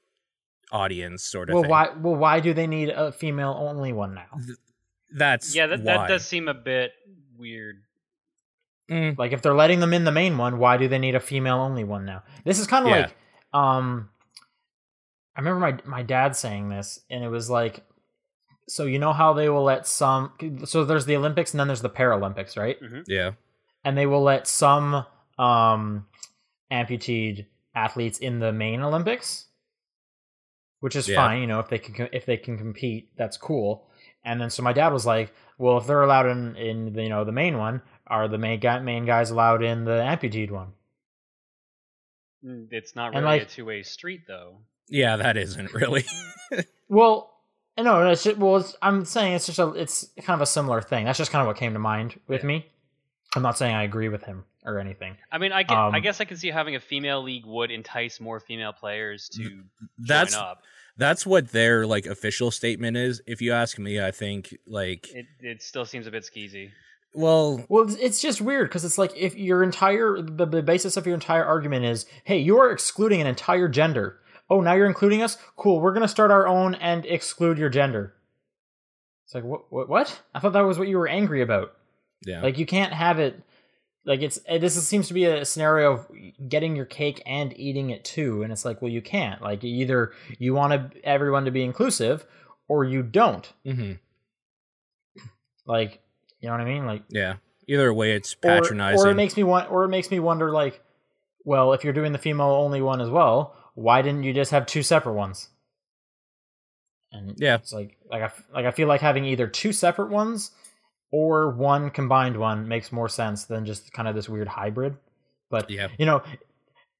Speaker 3: audience sort of
Speaker 1: Well,
Speaker 3: thing.
Speaker 1: why? Well, why do they need a female only one now?
Speaker 3: that's
Speaker 2: Yeah, that,
Speaker 3: why.
Speaker 2: that does seem a bit weird.
Speaker 3: Mm,
Speaker 1: Like if they're letting them in the main one, why do they need a female only one now? This is kind of
Speaker 3: Yeah.
Speaker 1: like um I remember my my dad saying this and it was like so you know how they will let some so there's the Olympics and then there's the Paralympics, right?
Speaker 3: yeah
Speaker 1: And they will let some um amputated athletes in the main Olympics, which is
Speaker 3: Yeah.
Speaker 1: fine, you know, if they can if they can compete, that's cool. And then so my dad was like, "Well, if they're allowed in in the, you know the main one, are the main guy, main guys allowed in the amputated one?"
Speaker 2: Mm, It's not
Speaker 1: And,
Speaker 2: really a
Speaker 1: like-
Speaker 2: two way street though.
Speaker 3: yeah that isn't really
Speaker 1: Well, no, no, it's just, well, it's, I'm saying it's just a it's kind of a similar thing. That's just kind of what came to mind with me. I'm not saying I agree with him or anything.
Speaker 2: I mean, I, get, I
Speaker 1: Um,
Speaker 2: guess I can see having a female league would entice more female players to
Speaker 3: that's
Speaker 2: join up.
Speaker 3: that's what their like official statement is if you ask me i think like
Speaker 2: It, it still seems a bit skeezy.
Speaker 3: well
Speaker 1: Well, it's, it's just weird because it's like if your entire the, the basis of your entire argument is, hey, you are excluding an entire gender. Oh, now you're including us. Cool. We're gonna start our own and exclude your gender. It's like what? What? what? I thought that was what you were angry about.
Speaker 3: yeah
Speaker 1: Like you can't have it. Like it's eh, this is, seems to be a scenario of getting your cake and eating it too, and it's like, well, you can't. Like either you want to, everyone to be inclusive, or you don't.
Speaker 3: mhm,
Speaker 1: Like you know what I mean? Like
Speaker 3: yeah either way it's
Speaker 1: Or-
Speaker 3: patronizing
Speaker 1: Or, it makes me want, or it makes me wonder, like, well, if you're doing the female only one as well, why didn't you just have two separate ones? And
Speaker 3: Yeah.
Speaker 1: it's like, like I, f- like I feel like having either two separate ones or one combined one makes more sense than just kind of this weird hybrid. But
Speaker 3: yeah
Speaker 1: you know,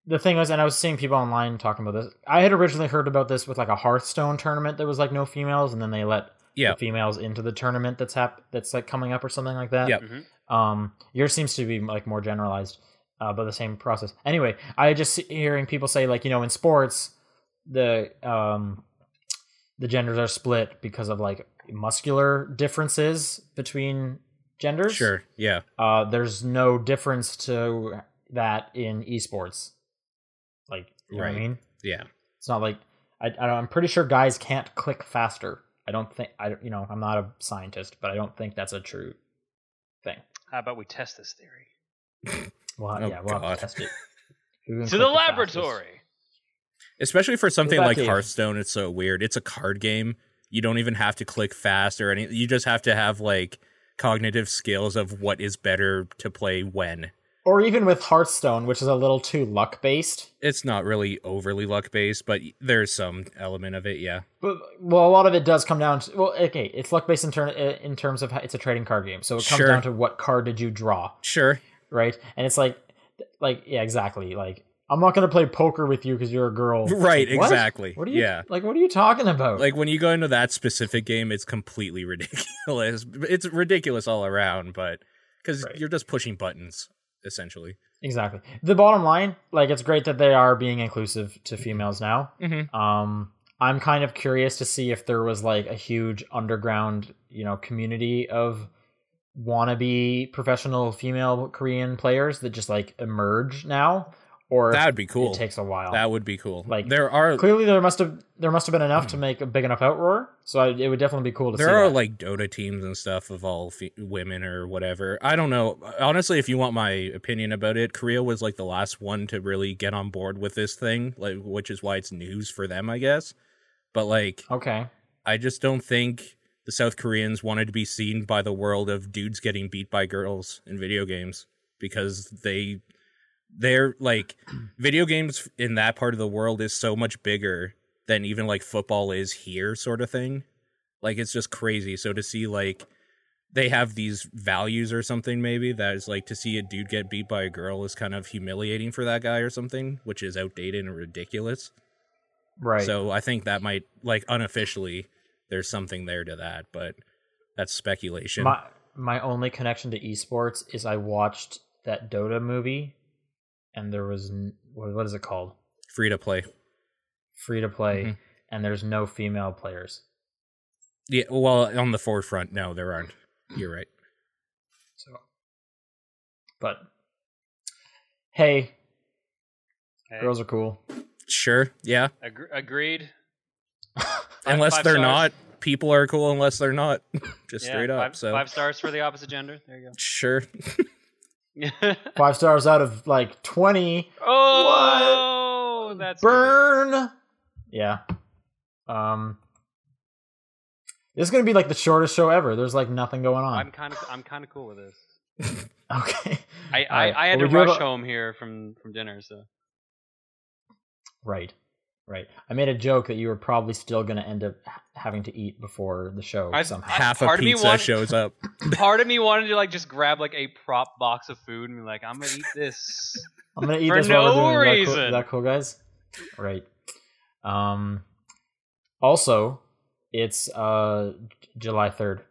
Speaker 1: the thing was, and I was seeing people online talking about this. I had originally heard about this with like a Hearthstone tournament that was like no females, and then they let
Speaker 3: Yeah.
Speaker 1: the females into the tournament that's hap- that's like coming up or something like that.
Speaker 3: Yeah.
Speaker 2: Mhm.
Speaker 1: Um, yours seems to be like more generalized, uh, but the same process. Anyway, I had just hearing people say like you know in sports the um the genders are split because of like muscular differences between genders.
Speaker 3: Sure. Yeah.
Speaker 1: Uh, there's no difference to that in esports. Like, you know what
Speaker 3: Right.
Speaker 1: I mean?
Speaker 3: Yeah.
Speaker 1: It's not like I, I don't- I'm pretty sure guys can't click faster. I don't think I don't- you know I'm not a scientist, but I don't think that's a true thing.
Speaker 2: How about we test this theory?
Speaker 1: Well,
Speaker 3: Oh,
Speaker 1: yeah, we'll
Speaker 3: God.
Speaker 1: have to test it. Who can click
Speaker 2: To the
Speaker 1: fastest?
Speaker 2: laboratory!
Speaker 3: Especially for something like
Speaker 1: Exactly.
Speaker 3: Hearthstone, it's so weird. It's a card game. You don't even have to click fast or anything. You just have to have like cognitive skills of what is better to play when.
Speaker 1: Or even with Hearthstone, which is a little too luck based.
Speaker 3: It's not really overly luck based, but there's some element of it. Yeah.
Speaker 1: But well, a lot of it does come down to well, okay, it's luck based in, ter- in terms of how, it's a trading card game, so it comes
Speaker 3: Sure.
Speaker 1: down to what card did you draw.
Speaker 3: Sure.
Speaker 1: right? And it's like, like yeah, exactly. Like I'm not gonna play poker with you because you're a girl,
Speaker 3: Right.
Speaker 1: Like, Oh, what?
Speaker 3: Exactly.
Speaker 1: What are you
Speaker 3: yeah.
Speaker 1: like? What are you talking about?
Speaker 3: Like when you go into that specific game, it's completely ridiculous. It's ridiculous all around, but because
Speaker 1: Right.
Speaker 3: you're just pushing buttons essentially.
Speaker 1: exactly. The bottom line, like it's great that they are being inclusive to females now.
Speaker 3: Mm-hmm.
Speaker 1: Um, I'm kind of curious to see if there was like a huge underground, you know, community of wannabe professional female Korean players that just like emerge now, or
Speaker 3: That
Speaker 1: if
Speaker 3: would be cool.
Speaker 1: it takes a while.
Speaker 3: That would be cool.
Speaker 1: Like,
Speaker 3: Like there are
Speaker 1: Clearly, there must have there must have been enough to make a big enough outroar. So I, it would definitely be cool to
Speaker 3: there
Speaker 1: see.
Speaker 3: are
Speaker 1: that.
Speaker 3: like Dota teams and stuff of all fe- women or whatever. I don't know. Honestly, if you want my opinion about it, Korea was like the last one to really get on board with this thing, like which is why it's news for them, I guess. But like,
Speaker 1: okay,
Speaker 3: I just don't think the South Koreans wanted to be seen by the world of dudes getting beat by girls in video games because they they're like video games in that part of the world is so much bigger than even like football is here sort of thing. Like it's just crazy. So to see like they have these values or something maybe that is like to see a dude get beat by a girl is kind of humiliating for that guy or something, which is outdated and ridiculous.
Speaker 1: right.
Speaker 3: So I think that might like unofficially there's something there to that, but that's speculation.
Speaker 1: my my only connection to esports is I watched that Dota movie, and there was n- what, what is it called?
Speaker 3: Free to play.
Speaker 1: Free to play,
Speaker 3: Mhm.
Speaker 1: and there's no female players.
Speaker 3: Yeah, well, on the forefront, no, there aren't. You're right.
Speaker 1: So, but hey,
Speaker 2: Hey,
Speaker 1: girls are cool.
Speaker 3: Sure, yeah.
Speaker 2: Agre- agreed.
Speaker 3: unless
Speaker 2: five
Speaker 3: they're
Speaker 2: stars.
Speaker 3: not, people are cool unless they're not. Just
Speaker 2: Yeah,
Speaker 3: straight up.
Speaker 2: five-
Speaker 3: so
Speaker 2: five stars for the opposite gender. There you
Speaker 3: sure.
Speaker 2: go.
Speaker 1: Five stars out of like twenty.
Speaker 2: oh, that's
Speaker 1: burn. Yeah. Um. This is gonna be like the shortest show ever. There's like nothing going
Speaker 2: I'm
Speaker 1: on.
Speaker 2: kind of I'm kind of cool with this.
Speaker 1: okay. All
Speaker 2: I, I,
Speaker 1: right.
Speaker 2: I had
Speaker 1: Well,
Speaker 2: to
Speaker 1: we do have
Speaker 2: rush
Speaker 1: a-
Speaker 2: home here from from dinner, so
Speaker 1: Right. Right. I made a joke that you were probably still gonna end up ha- having to eat before the show
Speaker 2: I-
Speaker 1: somehow.
Speaker 3: Half a
Speaker 2: part of me
Speaker 3: pizza
Speaker 2: wanted-
Speaker 3: shows up.
Speaker 2: part of me wanted to like just grab like a prop box of food and be like, I'm gonna eat this.
Speaker 1: I'm gonna eat
Speaker 2: For
Speaker 1: this while
Speaker 2: no
Speaker 1: we're doing it. Is
Speaker 2: reason.
Speaker 1: That cool, is that cool, guys? Right. Um. Also, it's uh J- July third.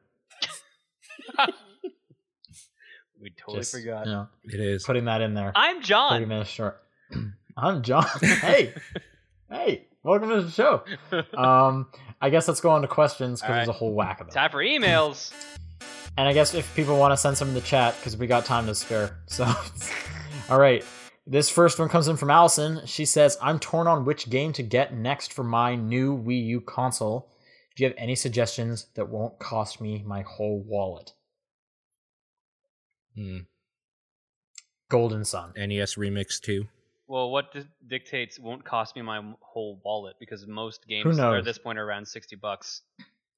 Speaker 2: we totally forgot.
Speaker 1: You know,
Speaker 3: It is.
Speaker 1: putting that in there.
Speaker 2: I'm
Speaker 1: 30
Speaker 2: John.
Speaker 1: minutes short. I'm John. Hey, hey, welcome to the show. Um, I guess let's go on to questions because
Speaker 2: All right.
Speaker 1: there's a whole whack of them.
Speaker 2: Time for emails.
Speaker 1: And I guess if people want to send some in the chat because we got time to spare. So, all right. This first one comes in from Allison. She says, I'm torn on which game to get next for my new Wii U console. Do you have any suggestions that won't cost me my whole wallet?
Speaker 3: Hmm.
Speaker 1: Golden Sun.
Speaker 3: NES E Remix 2.
Speaker 2: Well, what di- dictates won't cost me my whole wallet because most
Speaker 1: Who
Speaker 2: games
Speaker 1: knows?
Speaker 2: are at this point are around sixty bucks,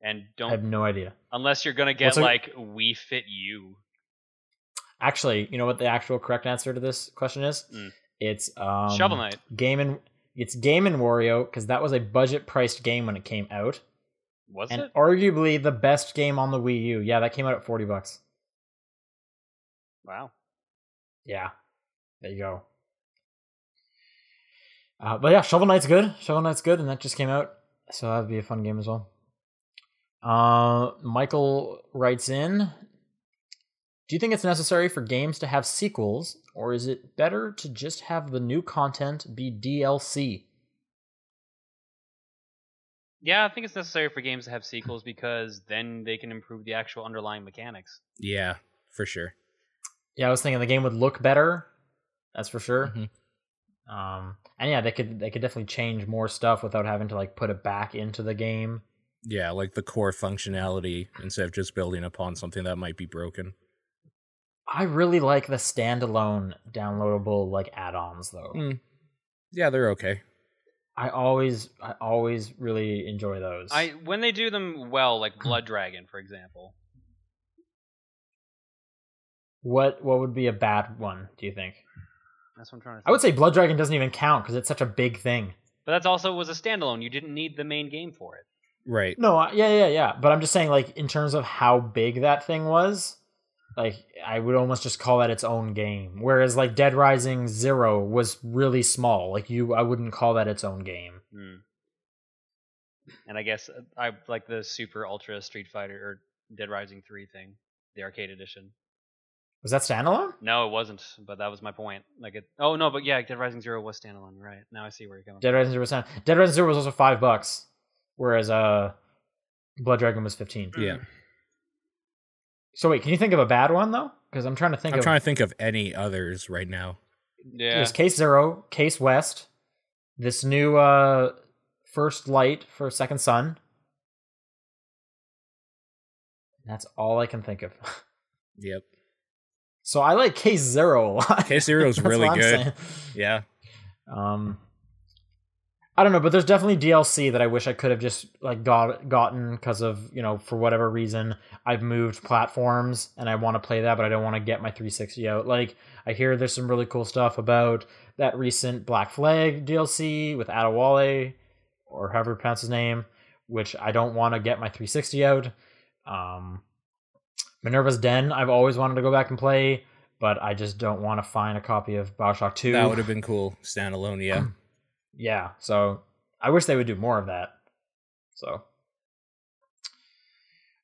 Speaker 2: and
Speaker 1: I
Speaker 2: don't
Speaker 1: have no idea.
Speaker 2: unless you're gonna get
Speaker 1: What's a-
Speaker 2: like We Fit You.
Speaker 1: Actually, you know what the actual correct answer to this question is?
Speaker 2: Mm.
Speaker 1: It's um,
Speaker 2: Shovel Knight.
Speaker 1: Game and it's Game and Wario because that was a budget priced game when it came out,
Speaker 2: Was
Speaker 1: and
Speaker 2: it?
Speaker 1: arguably the best game on the Wii U. Yeah, that came out at forty bucks.
Speaker 2: Wow.
Speaker 1: Yeah, there you go. Uh, but yeah, Shovel Knight's good. Shovel Knight's good, and that just came out, so that'd be a fun game as well. Uh, Michael writes in. Do you think it's necessary for games to have sequels, or is it better to just have the new content be DLC?
Speaker 2: Yeah, I think it's necessary for games to have sequels because then they can improve the actual underlying mechanics.
Speaker 3: Yeah, for sure.
Speaker 1: Yeah, I was thinking the game would look better. That's for sure.
Speaker 3: Mhm.
Speaker 1: Um, and yeah, they could they could definitely change more stuff without having to like put it back into the game.
Speaker 3: Yeah, like the core functionality instead of just building upon something that might be broken.
Speaker 1: I really like the standalone downloadable like add-ons though.
Speaker 3: Mm. Yeah, they're okay.
Speaker 1: I always I always really enjoy those.
Speaker 2: I when they do them well, like Blood Dragon, for example.
Speaker 1: what what would be a bad one, do you think?
Speaker 2: That's what I'm trying to. Think.
Speaker 1: I would say Blood Dragon doesn't even count cuz it's such a big thing.
Speaker 2: but that's also was a standalone. You didn't need the main game for it.
Speaker 3: Right.
Speaker 1: No, I- yeah, yeah, yeah. But I'm just saying, like, in terms of how big that thing was, like, I would almost just call that its own game. Whereas, like, Dead Rising Zero was really small. Like, you, I wouldn't call that its own game.
Speaker 2: Hmm. And I guess uh, I like the Super Ultra Street Fighter or Dead Rising Three thing, the arcade edition.
Speaker 1: Was that standalone?
Speaker 2: No, it wasn't. But that was my point. Like it. Oh no, but yeah, Dead Rising Zero was standalone. Right now I see where you're coming.
Speaker 1: Dead Rising Zero was stand- Dead Rising Zero was also five bucks, whereas uh, Blood Dragon was fifteen.
Speaker 2: Mm.
Speaker 3: Yeah.
Speaker 1: So wait, can you think of a bad one though? Because I'm trying to think
Speaker 3: I'm
Speaker 1: of
Speaker 3: trying to think of any others right now.
Speaker 2: Yeah.
Speaker 1: There's Case Zero, Case West, this new uh first light for Second Sun. That's all I can think of.
Speaker 3: Yep.
Speaker 1: So I like Case Zero a lot.
Speaker 3: Case Zero's
Speaker 1: That's
Speaker 3: really
Speaker 1: what I'm
Speaker 3: good.
Speaker 1: saying.
Speaker 3: Yeah.
Speaker 1: Um, I don't know, but there's definitely DLC that I wish I could have just like got gotten because of you know for whatever reason I've moved platforms and I want to play that, but I don't want to get my 360 out. Like I hear there's some really cool stuff about that recent Black Flag DLC with Adewale or however you pronounce his name, which I don't want to get my 360 out. Um, Minerva's Den, I've always wanted to go back and play, but I just don't want to find a copy of Bioshock 2.
Speaker 3: That would have been cool standalone. Yeah.
Speaker 1: yeah so i wish they would do more of that so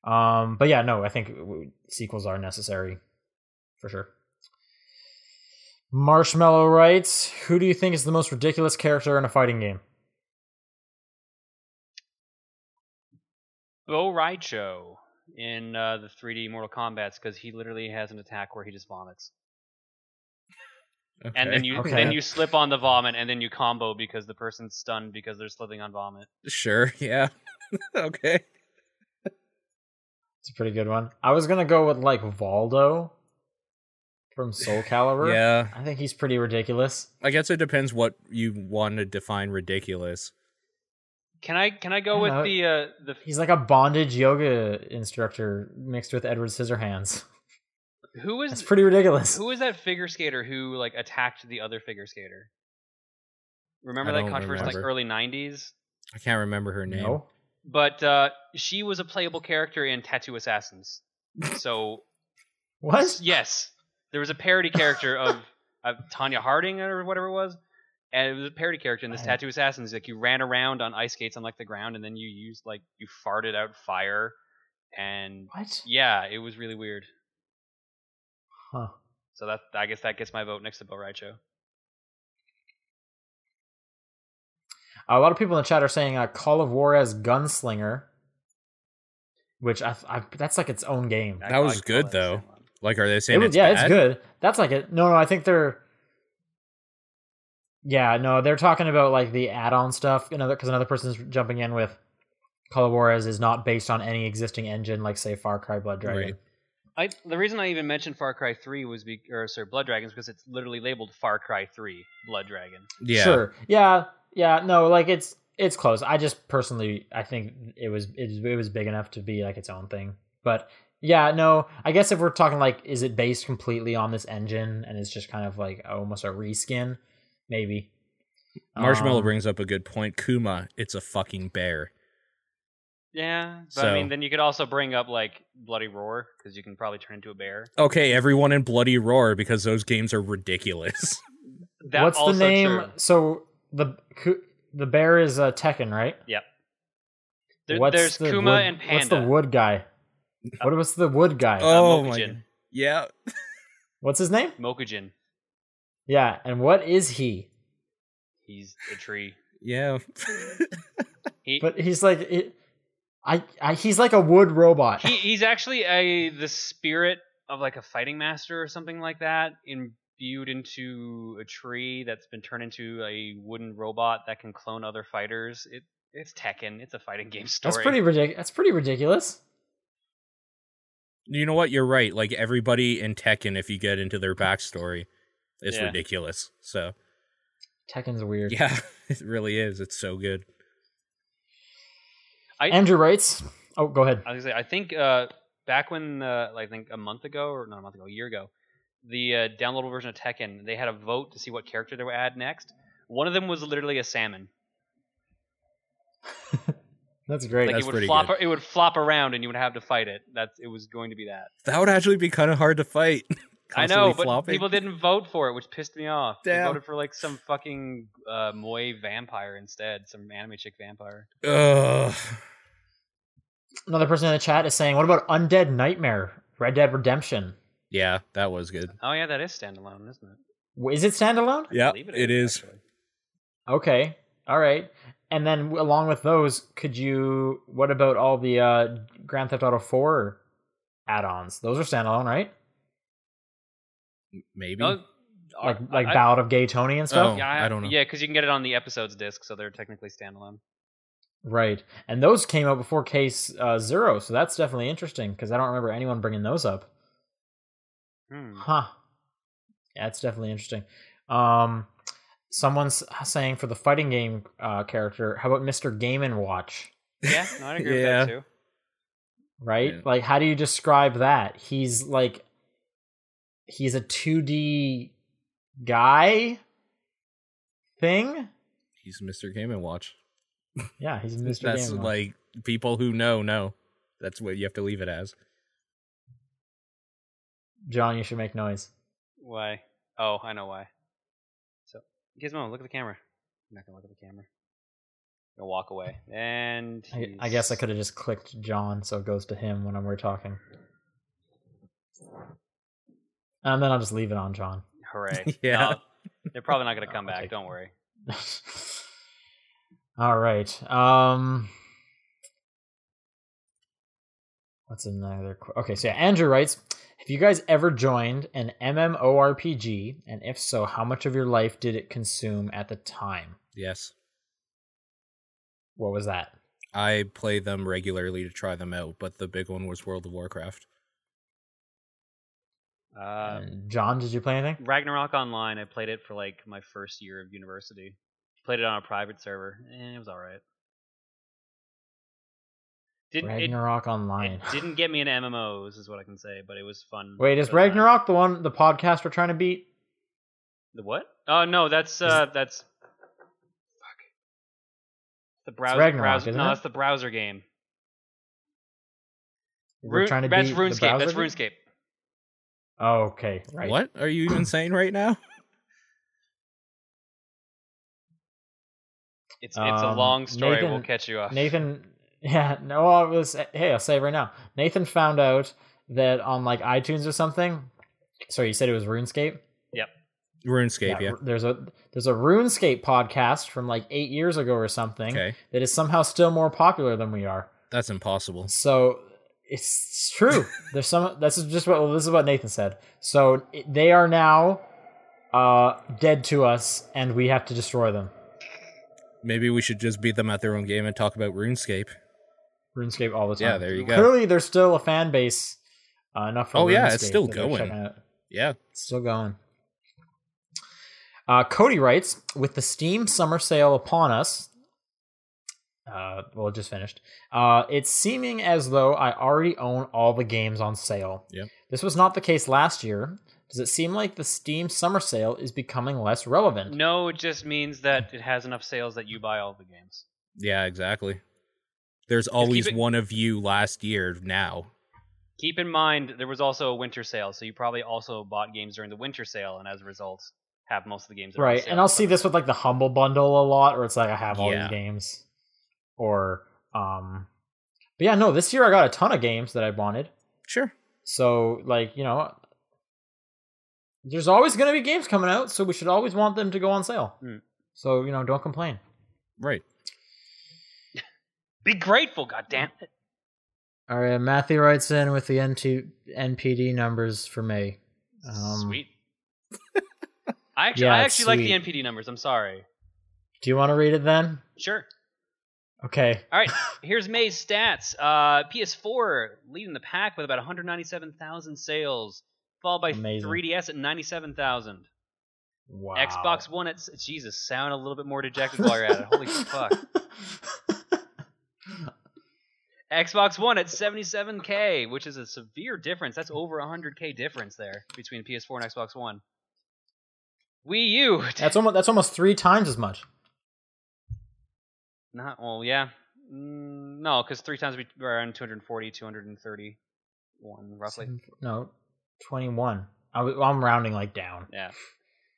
Speaker 1: um but yeah no i think w- w- sequels are necessary for sure marshmallow writes who do you think is the most ridiculous character in a fighting game
Speaker 2: Bo Raicho in uh, the 3D Mortal Kombat's because he literally has an attack where he just vomits, and then
Speaker 3: Okay.
Speaker 2: you
Speaker 1: Okay.
Speaker 2: then you slip on the vomit, and then you combo because the person's stunned because they're slipping on vomit.
Speaker 3: sure. Yeah. okay.
Speaker 1: it's a pretty good one i was gonna go with like valdo from soul calibur
Speaker 3: Yeah.
Speaker 1: i think he's pretty ridiculous
Speaker 3: I guess it depends what you want to define ridiculous.
Speaker 2: Can I can I go
Speaker 1: I
Speaker 2: with
Speaker 1: know.
Speaker 2: the uh, the
Speaker 1: he's like a bondage yoga instructor mixed with edward scissorhands
Speaker 2: who was
Speaker 1: it's pretty ridiculous
Speaker 2: Who was that figure skater who like attacked the other figure skater? Remember
Speaker 3: I
Speaker 2: that
Speaker 3: don't
Speaker 2: controversy in like
Speaker 3: remember.
Speaker 2: early '90s?
Speaker 3: I can't remember her name.
Speaker 1: no
Speaker 2: But uh, she was a playable character in Tattoo Assassins. So
Speaker 1: what
Speaker 2: yes, there was a parody character of, of Tanya Harding or whatever it was, and it was a parody character in this
Speaker 1: I-
Speaker 2: Tattoo Assassins. Like you ran around on ice skates on like the ground, and then you used like you farted out fire, and
Speaker 1: what
Speaker 2: yeah, it was really weird.
Speaker 1: Huh.
Speaker 2: So that I guess that gets my vote next to Bo Raicho.
Speaker 1: A lot of people in the chat are saying uh, Call of War as Gunslinger, which I, I that's like its own game.
Speaker 2: I
Speaker 3: That
Speaker 2: probably
Speaker 3: was
Speaker 2: call
Speaker 3: good,
Speaker 2: that the same
Speaker 3: though.
Speaker 2: one.
Speaker 3: Like, are they
Speaker 1: It
Speaker 3: saying
Speaker 1: was-
Speaker 3: it's
Speaker 1: yeah,
Speaker 3: bad?
Speaker 1: it's good. That's like it. No, no, I think they're. Yeah, no, they're talking about like the add-on stuff. Another because another person's jumping in with Call of War as is not based on any existing engine, like say Far Cry Blood Dragon.
Speaker 3: Right.
Speaker 2: I the reason I even mentioned Far Cry Three was be, or sorry, Blood Dragons because it's literally labeled Far Cry Three Blood Dragon.
Speaker 3: Yeah.
Speaker 1: Sure. Yeah. Yeah. No, like it's it's close. I just personally I think it was it, it was big enough to be like its own thing. But yeah, no. I guess if we're talking like is it based completely on this engine and it's just kind of like almost a reskin, maybe.
Speaker 3: Marshmallow
Speaker 1: Um,
Speaker 3: brings up a good point. Kuma, it's a fucking bear.
Speaker 2: Yeah, but
Speaker 3: So-
Speaker 2: I mean, then you could also bring up like Bloody Roar because you can probably turn into a bear.
Speaker 3: Okay, everyone in Bloody Roar because those games are ridiculous.
Speaker 2: That
Speaker 1: what's the
Speaker 2: also
Speaker 1: name?
Speaker 2: true.
Speaker 1: So the Ku- the bear is uh, Tekken, right?
Speaker 2: There-
Speaker 1: What's
Speaker 2: there's
Speaker 1: the
Speaker 2: Kuma
Speaker 1: wood-
Speaker 2: and Panda.
Speaker 1: What's the wood guy? What was the wood guy?
Speaker 2: Uh,
Speaker 3: oh my.
Speaker 2: Mokujin.
Speaker 3: God. Yeah.
Speaker 1: What's his name?
Speaker 2: Mokujin.
Speaker 1: Yeah, and what is he?
Speaker 2: He's a tree.
Speaker 3: Yeah.
Speaker 2: He,
Speaker 1: But he's like, it, I, I, he's like a wood robot.
Speaker 2: he he's actually a the spirit of like a fighting master or something like that imbued into a tree that's been turned into a wooden robot that can clone other fighters. It it's Tekken. It's a fighting game story.
Speaker 1: that's pretty ridiculous. That's pretty ridiculous.
Speaker 3: you know what? You're right. Like everybody in Tekken, if you get into their backstory, it's
Speaker 2: Yeah.
Speaker 3: ridiculous. So
Speaker 1: Tekken's weird.
Speaker 3: yeah, it really is. It's so good.
Speaker 2: I-
Speaker 1: Andrew writes. Oh, go ahead.
Speaker 2: I was gonna say, I think uh, back when, uh, like, I think a month ago, or not a month ago, a year ago, the uh, downloadable version of Tekken, they had a vote to see what character they would add next. One of them was literally a salmon.
Speaker 1: That's great.
Speaker 2: Like
Speaker 3: That's
Speaker 2: it would
Speaker 3: pretty
Speaker 2: flop,
Speaker 3: good.
Speaker 2: it would flop around, and you would have to fight it. That's it was going to be that.
Speaker 3: That would actually be kind of hard to fight.
Speaker 2: I know,
Speaker 3: Constantly
Speaker 2: but
Speaker 3: flopping.
Speaker 2: people didn't vote for it, which pissed me off. They
Speaker 3: Damn.
Speaker 2: voted for like some fucking uh, moe vampire instead, some anime chick vampire.
Speaker 3: Ugh.
Speaker 1: Another person in the chat is saying, "What about Undead Nightmare? Red Dead Redemption?
Speaker 3: Yeah, that was good.
Speaker 2: Oh yeah, that is standalone, isn't it?
Speaker 1: W- Is it standalone?
Speaker 2: I
Speaker 3: Yeah,
Speaker 2: believe
Speaker 3: it is.
Speaker 2: actually.
Speaker 1: Okay, all right." And then w- along with those, could you? What about all the uh, Grand Theft Auto Four add-ons? Those are standalone, right?
Speaker 3: Maybe.
Speaker 2: No,
Speaker 1: like
Speaker 2: Uh,
Speaker 1: like
Speaker 2: I-
Speaker 1: Ballad of Gay Tony and stuff.
Speaker 3: Oh, I don't know.
Speaker 2: Yeah, because you can get it on the episodes disc, so they're technically standalone.
Speaker 1: Right, and those came out before Case uh, Zero, so that's definitely interesting because I don't remember anyone bringing those up.
Speaker 2: Hmm.
Speaker 1: Huh. That's definitely interesting. Um, someone's saying for the fighting game uh, character, how about Mister Game and Watch?
Speaker 2: Yeah, no, I agree
Speaker 3: Yeah.
Speaker 2: with that too.
Speaker 1: Right?
Speaker 3: Yeah.
Speaker 1: Like, how do you describe that? He's like, he's a two D guy thing.
Speaker 3: He's Mr. Game and Watch.
Speaker 1: Yeah, he's Mister Game.
Speaker 3: That's
Speaker 1: and Watch.
Speaker 3: like people who know know. That's what you have to leave it as.
Speaker 1: John, you should make noise.
Speaker 2: Why? Oh, I know why. So, Gizmo, look at the camera. I'm not gonna look at the camera. I'm gonna walk away. And
Speaker 1: I, I guess I
Speaker 2: he's-
Speaker 1: could have just clicked John, so it goes to him when we're talking. And then I'll just leave it on John.
Speaker 2: Hooray!
Speaker 3: Yeah.
Speaker 2: No, they're probably not gonna come
Speaker 1: I'll
Speaker 2: back.
Speaker 1: take
Speaker 2: Don't worry.
Speaker 1: All right. Um, what's another? qu- Okay, so yeah, Andrew writes: Have you guys ever joined an MMORPG? And if so, how much of your life did it consume at the time?
Speaker 3: Yes.
Speaker 1: What was that?
Speaker 3: I play them regularly to try them out, but the big one was World of Warcraft.
Speaker 2: Uh,
Speaker 1: And John, did you play anything?
Speaker 2: Ragnarok Online. I played it for like my first year of university. Played it on a private server, and it was all right. Didn't it,
Speaker 1: Ragnarok Online.
Speaker 2: it didn't get me into MMOs, is what I can say, but it was fun.
Speaker 1: Wait,
Speaker 2: for
Speaker 1: is
Speaker 2: the time.
Speaker 1: Ragnarok the one the podcast we're trying to beat?
Speaker 2: The what? Oh no, that's uh, that's fuck. The browser.
Speaker 1: Ragnarok,
Speaker 2: browser
Speaker 1: isn't
Speaker 2: no,
Speaker 1: it?
Speaker 2: that's the browser game.
Speaker 1: We're
Speaker 2: Rune-
Speaker 1: trying to
Speaker 2: that's
Speaker 1: beat the
Speaker 2: RuneScape. That's
Speaker 1: browser?
Speaker 2: RuneScape.
Speaker 1: Oh, okay, right.
Speaker 3: What are you even saying right now?
Speaker 2: It's it's a
Speaker 1: Um,
Speaker 2: long story. we'll
Speaker 1: Nathan-
Speaker 2: catch you off.
Speaker 1: Nathan, yeah, no, I was, hey, I'll say it right now. Nathan found out that on like iTunes or something. Sorry, you said it was RuneScape.
Speaker 3: RuneScape, yeah.
Speaker 1: Ru- There's a there's a RuneScape podcast from like eight years ago or something
Speaker 3: Okay.
Speaker 1: that is somehow still more popular than we are.
Speaker 3: That's impossible.
Speaker 1: So it's true. There's some. This is just what well, this is what Nathan said. So it- they are now uh dead to us, and we have to destroy them.
Speaker 3: Maybe we should just beat them at their own game and talk about RuneScape.
Speaker 1: RuneScape all the time.
Speaker 3: Yeah, there you go.
Speaker 1: Clearly, there's still a fan base uh, enough for.
Speaker 3: Oh, yeah, it's
Speaker 1: RuneScape
Speaker 3: still
Speaker 1: that they're
Speaker 3: going.
Speaker 1: checking it.
Speaker 3: Yeah.
Speaker 1: It's still going. Uh, Cody writes with the Steam summer sale upon us. Uh, well, it just finished. Uh, it's seeming as though I already own all the games on sale.
Speaker 3: Yep.
Speaker 1: This was not the case last year. Does it seem like the Steam summer sale is becoming less relevant?
Speaker 2: No, it just means that it has enough sales that you buy all the games.
Speaker 3: Yeah, exactly. There's always
Speaker 2: it-
Speaker 3: one of you last year now.
Speaker 2: Keep in mind there was also a winter sale, so you probably also bought games during the winter sale, and as a result, have most of the games. that are on
Speaker 1: Right,
Speaker 2: sale
Speaker 1: and I'll
Speaker 2: for
Speaker 1: see
Speaker 2: the
Speaker 1: this with like the humble bundle a lot, where it's like I have all
Speaker 3: Yeah.
Speaker 1: these games, or um, but yeah, no, this year I got a ton of games that I wanted.
Speaker 3: Sure.
Speaker 1: So like you know, there's always gonna be games coming out, so we should always want them to go on sale.
Speaker 2: Hmm.
Speaker 1: So you know, don't complain.
Speaker 3: Right.
Speaker 2: Be grateful, goddamn it.
Speaker 1: All right, Matthew writes in with the NT- NPD numbers for May. Um,
Speaker 2: sweet. I actually,
Speaker 1: yeah,
Speaker 2: I
Speaker 1: it's
Speaker 2: actually like the
Speaker 1: sweet.
Speaker 2: NPD numbers. I'm sorry.
Speaker 1: Do you want to read it then?
Speaker 2: Sure.
Speaker 1: Okay.
Speaker 2: All right, here's May's stats. Uh, PS4 leading the pack with about 197,000 sales, followed by
Speaker 1: Amazing.
Speaker 2: 3DS at 97,000.
Speaker 1: Wow.
Speaker 2: Xbox One at s- Jesus, sound a little bit more dejected while you're at it. Holy fuck. Xbox One at 77k, which is a severe difference. That's over 100k difference there between PS4 and Xbox One. Wii U.
Speaker 1: That's almost that's almost three times as much.
Speaker 2: Not well, yeah. Mm, no, because three times we were around 240, 231, roughly.
Speaker 1: Seven- No, twenty-one. I, am rounding like down.
Speaker 2: Yeah.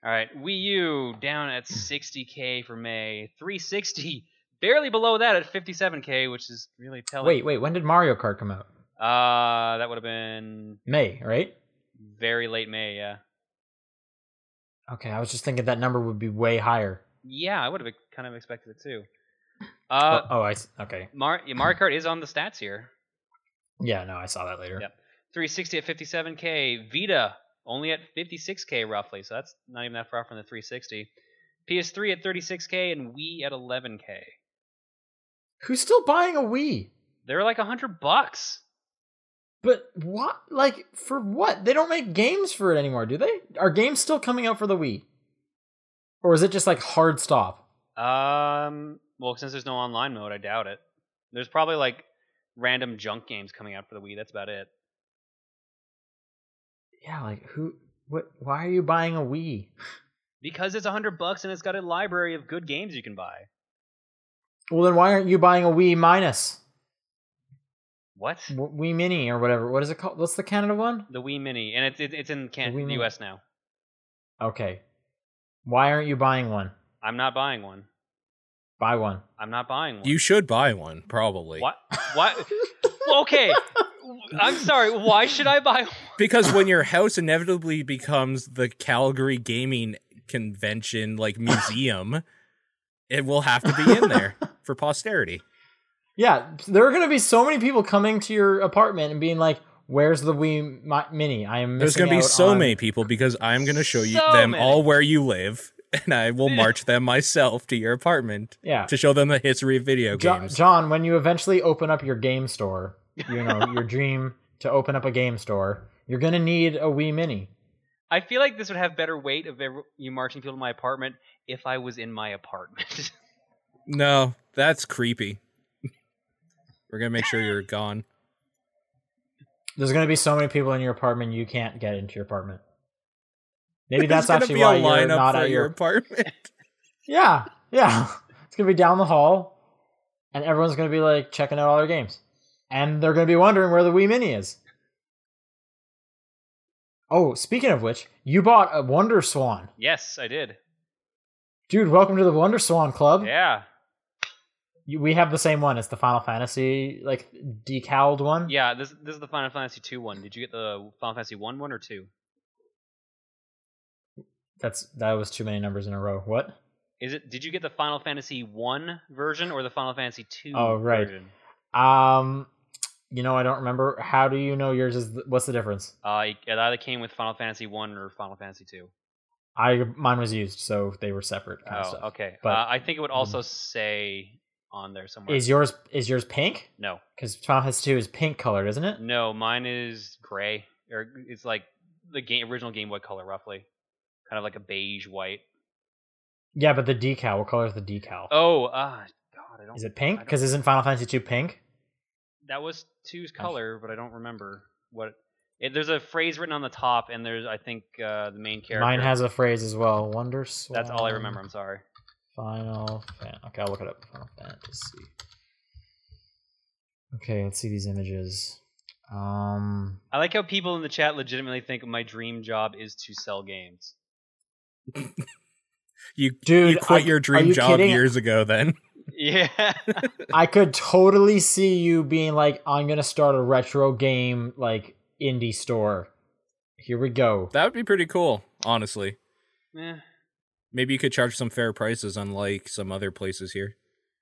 Speaker 2: All right. Wii U down at 60k for May. 360 barely below that at 57k, which is really telling.
Speaker 1: Wait, wait. When did Mario Kart come out?
Speaker 2: Uh, that would have been
Speaker 1: May, right?
Speaker 2: very late May. Yeah.
Speaker 1: Okay, I was just thinking that number would be way higher.
Speaker 2: Yeah, I would have kind of expected it too. Uh,
Speaker 1: oh, oh, I s- okay.
Speaker 2: Mar- yeah, Mario Kart is on the stats here.
Speaker 1: Yeah, no, I saw that later.
Speaker 2: Yep. 360 at 57k. Vita only at 56k roughly. So that's not even that far from the 360. PS3 at 36k and Wii at 11k.
Speaker 1: Who's still buying a Wii?
Speaker 2: They're like 100 bucks.
Speaker 1: But what? Like for what? They don't make games for it anymore, do they? Are games still coming out for the Wii? Or is it just like hard stop?
Speaker 2: Um, well, since there's no online mode, I doubt it. There's probably like random junk games coming out for the Wii. That's about it.
Speaker 1: Yeah, like who what why are you buying a Wii?
Speaker 2: Because it's 100 bucks and it's got a library of good games you can buy.
Speaker 1: Well, then why aren't you buying a Wii minus?
Speaker 2: What?
Speaker 1: W- Wii Mini or whatever. What is it called? What's the Canada one?
Speaker 2: The Wii Mini, and it's it, it's in Can-
Speaker 1: The Wii
Speaker 2: the
Speaker 1: Mini.
Speaker 2: U.S. now.
Speaker 1: Okay. Why aren't you buying one?
Speaker 2: I'm not buying one.
Speaker 1: Buy one.
Speaker 2: I'm not buying one.
Speaker 3: You should buy one, probably.
Speaker 2: What? Why? Well, okay. I'm sorry. Why should I buy? one?
Speaker 3: Because when your house inevitably becomes the Calgary Gaming Convention like museum, it will have to be in there for posterity.
Speaker 1: Yeah, there are going to be so many people coming to your apartment and being like, "Where's the Wii Mi- Mini? I am."
Speaker 3: There's
Speaker 1: going to
Speaker 3: be so many people because I'm going to show you
Speaker 2: So
Speaker 3: them
Speaker 2: many.
Speaker 3: all where you live, and I will march them myself to your apartment
Speaker 1: Yeah,
Speaker 3: to show them the history of video
Speaker 1: John,
Speaker 3: games.
Speaker 1: John, when you eventually open up your game store, you know your dream to open up a game store, you're going to need a Wii Mini.
Speaker 2: I feel like this would have better weight of every, you marching people to my apartment if I was in my apartment.
Speaker 3: No, that's creepy. We're gonna make sure you're gone.
Speaker 1: There's going to be so many people in your apartment you can't get into your apartment. Maybe that's
Speaker 3: There's gonna
Speaker 1: actually
Speaker 3: be a
Speaker 1: why you're
Speaker 3: lineup
Speaker 1: not
Speaker 3: for
Speaker 1: at
Speaker 3: your
Speaker 1: your
Speaker 3: apartment.
Speaker 1: Yeah, yeah. It's gonna be down the hall, and everyone's gonna be like checking out all their games, and they're gonna be wondering where the Wii Mini is. Oh, speaking of which, you bought a Wonder Swan,
Speaker 2: yes, I did.
Speaker 1: dude. Welcome to the Wonder Swan Club.
Speaker 2: Yeah,
Speaker 1: You- We have the same one. It's the Final Fantasy like decaled one.
Speaker 2: yeah. This this is the Final Fantasy two one. Did you get the Final Fantasy one one or two?
Speaker 1: that's that was too many numbers in a row. What?
Speaker 2: Is it? Did you get the Final Fantasy one version or the Final Fantasy two?
Speaker 1: Oh, right.
Speaker 2: Version?
Speaker 1: Um, you know I don't remember. How do you know yours is? The, what's the difference?
Speaker 2: Uh, it either came with Final Fantasy one or Final Fantasy two.
Speaker 1: I mine was used, so they were separate. Kind of
Speaker 2: Oh,
Speaker 1: stuff.
Speaker 2: okay.
Speaker 1: But- um,
Speaker 2: uh, I think it would also say on there somewhere.
Speaker 1: Is yours is yours pink?
Speaker 2: no,
Speaker 1: Because Final Fantasy II is pink colored, isn't it?
Speaker 2: no, mine is gray, or it's like the game original Game Boy color, roughly, kind of like a beige white.
Speaker 1: Yeah, but the decal. What color is the decal?
Speaker 2: Oh, ah, God, I don't.
Speaker 1: is it
Speaker 2: I
Speaker 1: pink?
Speaker 2: don't-
Speaker 1: Because isn't Final Fantasy II pink?
Speaker 2: That was two's color, but I don't remember what. It, there's a phrase written on the top, and there's I think uh, the main character.
Speaker 1: Mine has a phrase as well. Wonder Swan.
Speaker 2: That's all I remember. I'm sorry.
Speaker 1: Final Fan. Okay, I'll look it up. Final Fantasy. Okay, let's see these images. Um,
Speaker 2: I like how people in the chat legitimately think my dream job is to sell games.
Speaker 3: You
Speaker 1: dude,
Speaker 3: you quit
Speaker 1: I-
Speaker 3: your
Speaker 1: are
Speaker 3: dream
Speaker 1: you
Speaker 3: job
Speaker 1: kidding?
Speaker 3: years ago. Then
Speaker 2: Yeah.
Speaker 1: I could totally see you being like, "I'm gonna start a retro game like indie store." Here we go.
Speaker 3: that would be pretty cool, honestly.
Speaker 2: Eh,
Speaker 3: Maybe you could charge some fair prices, unlike some other places here.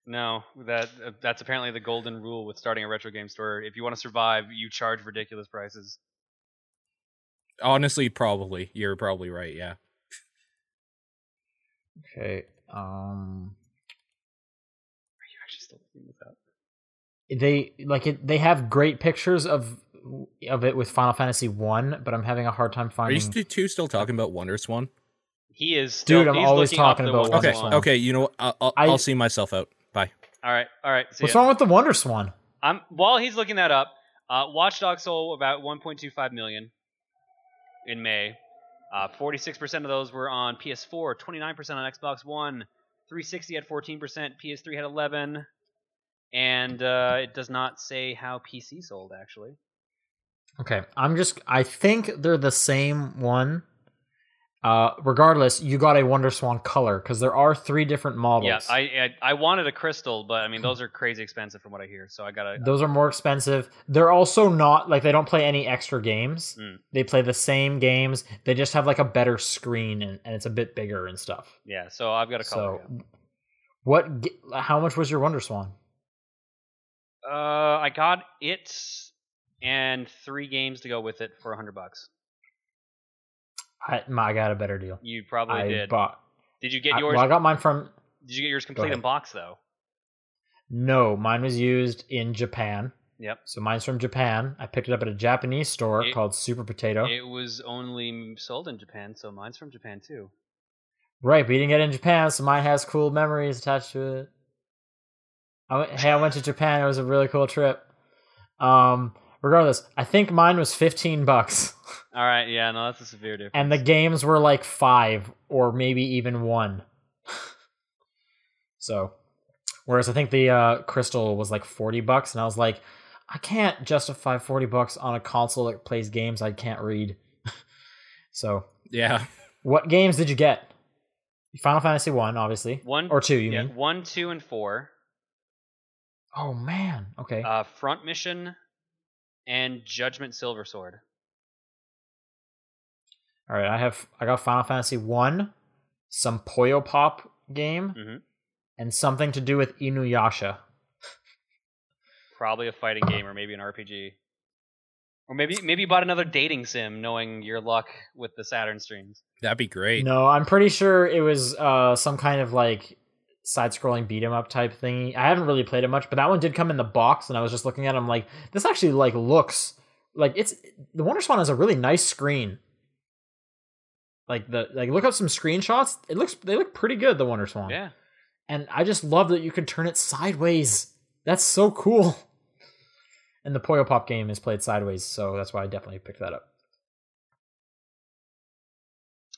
Speaker 2: no, that uh, that's apparently the golden rule with starting a retro game store. If you want to survive, you charge ridiculous prices.
Speaker 3: Honestly, probably you're probably right. Yeah,
Speaker 1: Okay. Um.
Speaker 2: You're actually still looking this up.
Speaker 1: they like it they have great pictures of of it with Final Fantasy 1, but I'm having a hard time
Speaker 3: are
Speaker 1: finding
Speaker 3: you st- two still talking about Wonder Swan?
Speaker 2: He is still.
Speaker 1: Dude, I'm
Speaker 2: he's
Speaker 1: always
Speaker 2: looking up
Speaker 1: talking
Speaker 2: the
Speaker 1: about
Speaker 2: one
Speaker 1: Wonder
Speaker 3: Okay,
Speaker 2: song.
Speaker 1: Swan.
Speaker 3: okay. You know, what? I'll, I'll,
Speaker 1: I-
Speaker 3: I'll see myself out. Bye.
Speaker 2: All right, all right. See
Speaker 1: What's
Speaker 2: ya.
Speaker 1: wrong with the Wonder Swan?
Speaker 2: I'm while he's looking that up. Uh, Watch Dogs sold about 1.25 million in May. Uh, 46% of those were on PS4, 29% on Xbox One, 360 had 14%, PS3 had 11, and uh, it does not say how PC sold actually.
Speaker 1: Okay, I'm just I think they're the same one. Uh regardless, you got a Wonder Swan color cuz there are three different models.
Speaker 2: Yeah, I, I I wanted a crystal, but I mean those are crazy expensive from what I hear, so I gotta.
Speaker 1: those are more expensive. They're also not like they don't play any extra games.
Speaker 2: Mm.
Speaker 1: They play the same games. They just have like a better screen and, and it's a bit bigger and stuff.
Speaker 2: Yeah, so I've got a color.
Speaker 1: So what g- how much was your Wonder Swan?
Speaker 2: yeah. Uh, I got it and three games to go with it for 100 bucks.
Speaker 1: I, my, I got a better deal.
Speaker 2: You probably
Speaker 1: I
Speaker 2: did.
Speaker 1: bought.
Speaker 2: did you get
Speaker 1: I-
Speaker 2: yours?
Speaker 1: well, I got mine from.
Speaker 2: did you get yours complete in
Speaker 1: ahead.
Speaker 2: box though?
Speaker 1: No, mine was used in Japan.
Speaker 2: Yep.
Speaker 1: So mine's from Japan. I picked it up at a Japanese store
Speaker 2: It-
Speaker 1: called Super Potato.
Speaker 2: It was only sold in Japan, so mine's from Japan too.
Speaker 1: Right, but you didn't get it in Japan, so mine has cool memories attached to it. I went, hey, I went to Japan. It was a really cool trip. Um, regardless, I think mine was fifteen bucks,
Speaker 2: All right, yeah, no, that's a severe difference.
Speaker 1: and the games were like five or maybe even one. so, whereas I think the uh, Crystal was like forty bucks, and I was like, I can't justify forty bucks on a console that plays games I can't read. so,
Speaker 3: Yeah.
Speaker 1: what games did you get? Final Fantasy one, obviously.
Speaker 2: one
Speaker 1: Or two, you
Speaker 2: yeah,
Speaker 1: mean?
Speaker 2: one, two, and four.
Speaker 1: Oh man. Okay.
Speaker 2: Uh, Front Mission and Judgment Silver Sword.
Speaker 1: All right. I have I got Final Fantasy one, some Poyo Pop game,
Speaker 2: Mhm.
Speaker 1: and something to do with Inuyasha.
Speaker 2: Probably a fighting game or maybe an RPG. Or maybe maybe you bought another dating sim, knowing your luck with the Saturn streams.
Speaker 3: That'd be great.
Speaker 1: No, I'm pretty sure it was uh some kind of like side-scrolling beat 'em up type thingy. I haven't really played it much, but that one did come in the box, and I was just looking at. it, I'm like, this actually like looks like it's the Wonder Swan has a really nice screen. Like the like, look up some screenshots. It looks they look pretty good. The Wonder Swan.
Speaker 2: Yeah,
Speaker 1: and I just love that you can turn it sideways. That's so cool. And the Poyo Pop game is played sideways, so that's why I definitely picked that up.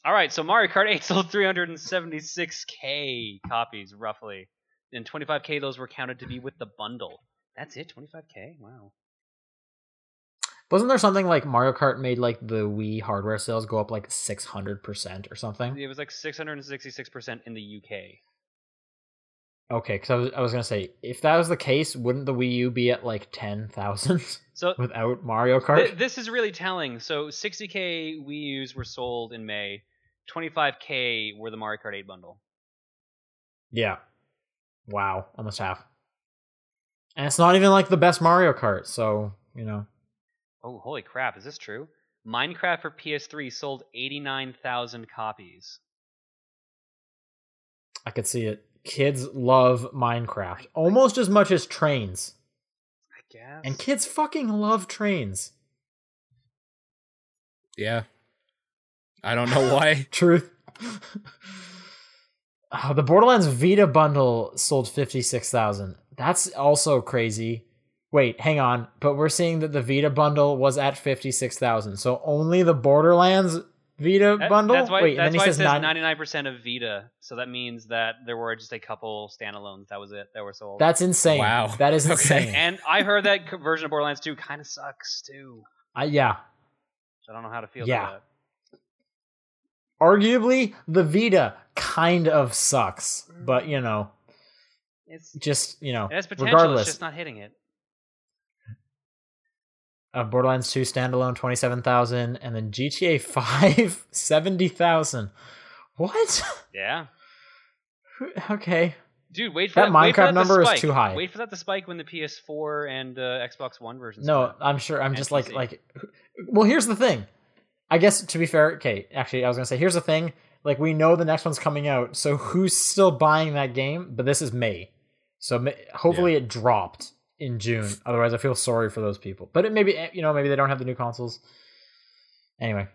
Speaker 2: All right, so Mario Kart 8 sold 376k copies roughly, and 25k of those were counted to be with the bundle. That's it, 25k. Wow.
Speaker 1: Wasn't there something like Mario Kart made like the Wii hardware sales go up like 600% or something?
Speaker 2: It was like 666% in the UK.
Speaker 1: Okay, because I was, I was going to say, if that was the case, wouldn't the Wii U be at like 10,000
Speaker 2: So
Speaker 1: without Mario Kart?
Speaker 2: th- this is really telling. So 60k Wii U's were sold in May, 25k were the Mario Kart 8 bundle.
Speaker 1: yeah. Wow, almost half. And it's not even like the best Mario Kart, so, you know.
Speaker 2: Oh, holy crap! Is this true? Minecraft for PS3 sold 89,000 copies.
Speaker 1: I could see it. Kids love Minecraft almost as much as trains.
Speaker 2: I guess.
Speaker 1: And kids fucking love trains.
Speaker 3: Yeah. I don't know why.
Speaker 1: Truth. Uh, the Borderlands Vita bundle sold 56,000. That's also crazy. Wait, hang on. But we're seeing that the Vita bundle was at 56,000. So only the Borderlands Vita
Speaker 2: That-
Speaker 1: bundle?
Speaker 2: That's why,
Speaker 1: Wait,
Speaker 2: that's
Speaker 1: and then
Speaker 2: why
Speaker 1: he says,
Speaker 2: it says
Speaker 1: nine-
Speaker 2: 99% of Vita. So that means that there were just a couple standalones. That was it. That were sold.
Speaker 1: That's insane.
Speaker 3: Wow.
Speaker 1: That is
Speaker 3: Okay.
Speaker 1: insane.
Speaker 2: and I heard that co- version of Borderlands 2 kind of sucks too.
Speaker 1: I- yeah.
Speaker 2: So I don't know how to feel
Speaker 1: Yeah.
Speaker 2: about
Speaker 1: Arguably, the Vita kind of sucks. But, you know,
Speaker 2: that. It's, it
Speaker 1: just, you know,
Speaker 2: has potential.
Speaker 1: regardless.
Speaker 2: It's just not hitting it.
Speaker 1: uh, Borderlands 2 standalone 27,000 and then GTA 5 70,000. What?
Speaker 2: Yeah.
Speaker 1: okay.
Speaker 2: Dude, wait for
Speaker 1: That
Speaker 2: that, wait for
Speaker 1: Minecraft
Speaker 2: that to
Speaker 1: number is
Speaker 2: spike.
Speaker 1: too high.
Speaker 2: Wait for that to spike when the PS4 and uh, Xbox One versions.
Speaker 1: No,
Speaker 2: come out.
Speaker 1: I'm sure I'm just like
Speaker 2: NPC.
Speaker 1: like Well, here's the thing. I guess to be fair, okay, actually I was going to say here's the thing, like we know the next one's coming out, so who's still buying that game? But this is May. So ma- hopefully it dropped in June. Otherwise I feel sorry for those people. But it maybe you know, maybe they don't have the new consoles. Anyway.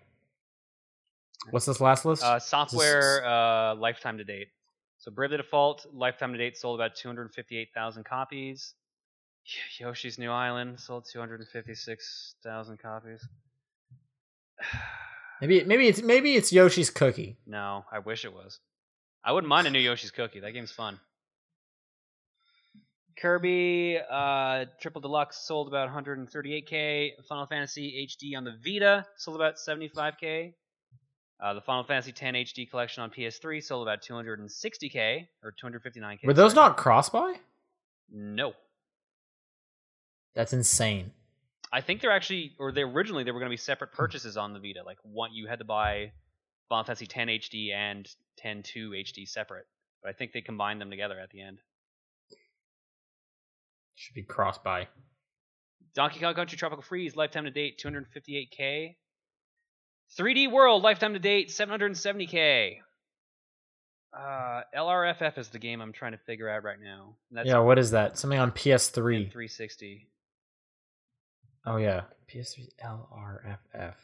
Speaker 1: What's this last list?
Speaker 2: uh, software uh, lifetime to date. So Brave the Default lifetime to date sold about 258,000 copies. Y- Yoshi's New Island sold 256,000 copies.
Speaker 1: Maybe maybe it's maybe it's Yoshi's cookie.
Speaker 2: No, I wish it was. I wouldn't mind a new Yoshi's Cookie. That game's fun. Kirby uh, Triple Deluxe sold about 138k. Final Fantasy HD on the Vita sold about 75k. Uh, the Final Fantasy 10 HD collection on PS3 sold about 260k or 259k.
Speaker 1: Were those
Speaker 2: sorry.
Speaker 1: not cross by?
Speaker 2: No,
Speaker 1: That's insane.
Speaker 2: I think they're actually, or they originally they were going to be separate purchases on the Vita. Like one, you had to buy Final Fantasy 10 HD and 10 2 HD separate. But I think they combined them together at the end.
Speaker 1: Should be cross by.
Speaker 2: Donkey Kong Country Tropical Freeze lifetime to date 258k. 3D World lifetime to date 770k. Uh, LRFF is the game I'm trying to figure out right now. That's
Speaker 1: yeah, what is that? Something on
Speaker 2: in
Speaker 1: PS3.
Speaker 2: 360.
Speaker 1: Oh yeah, PS3 LRFF.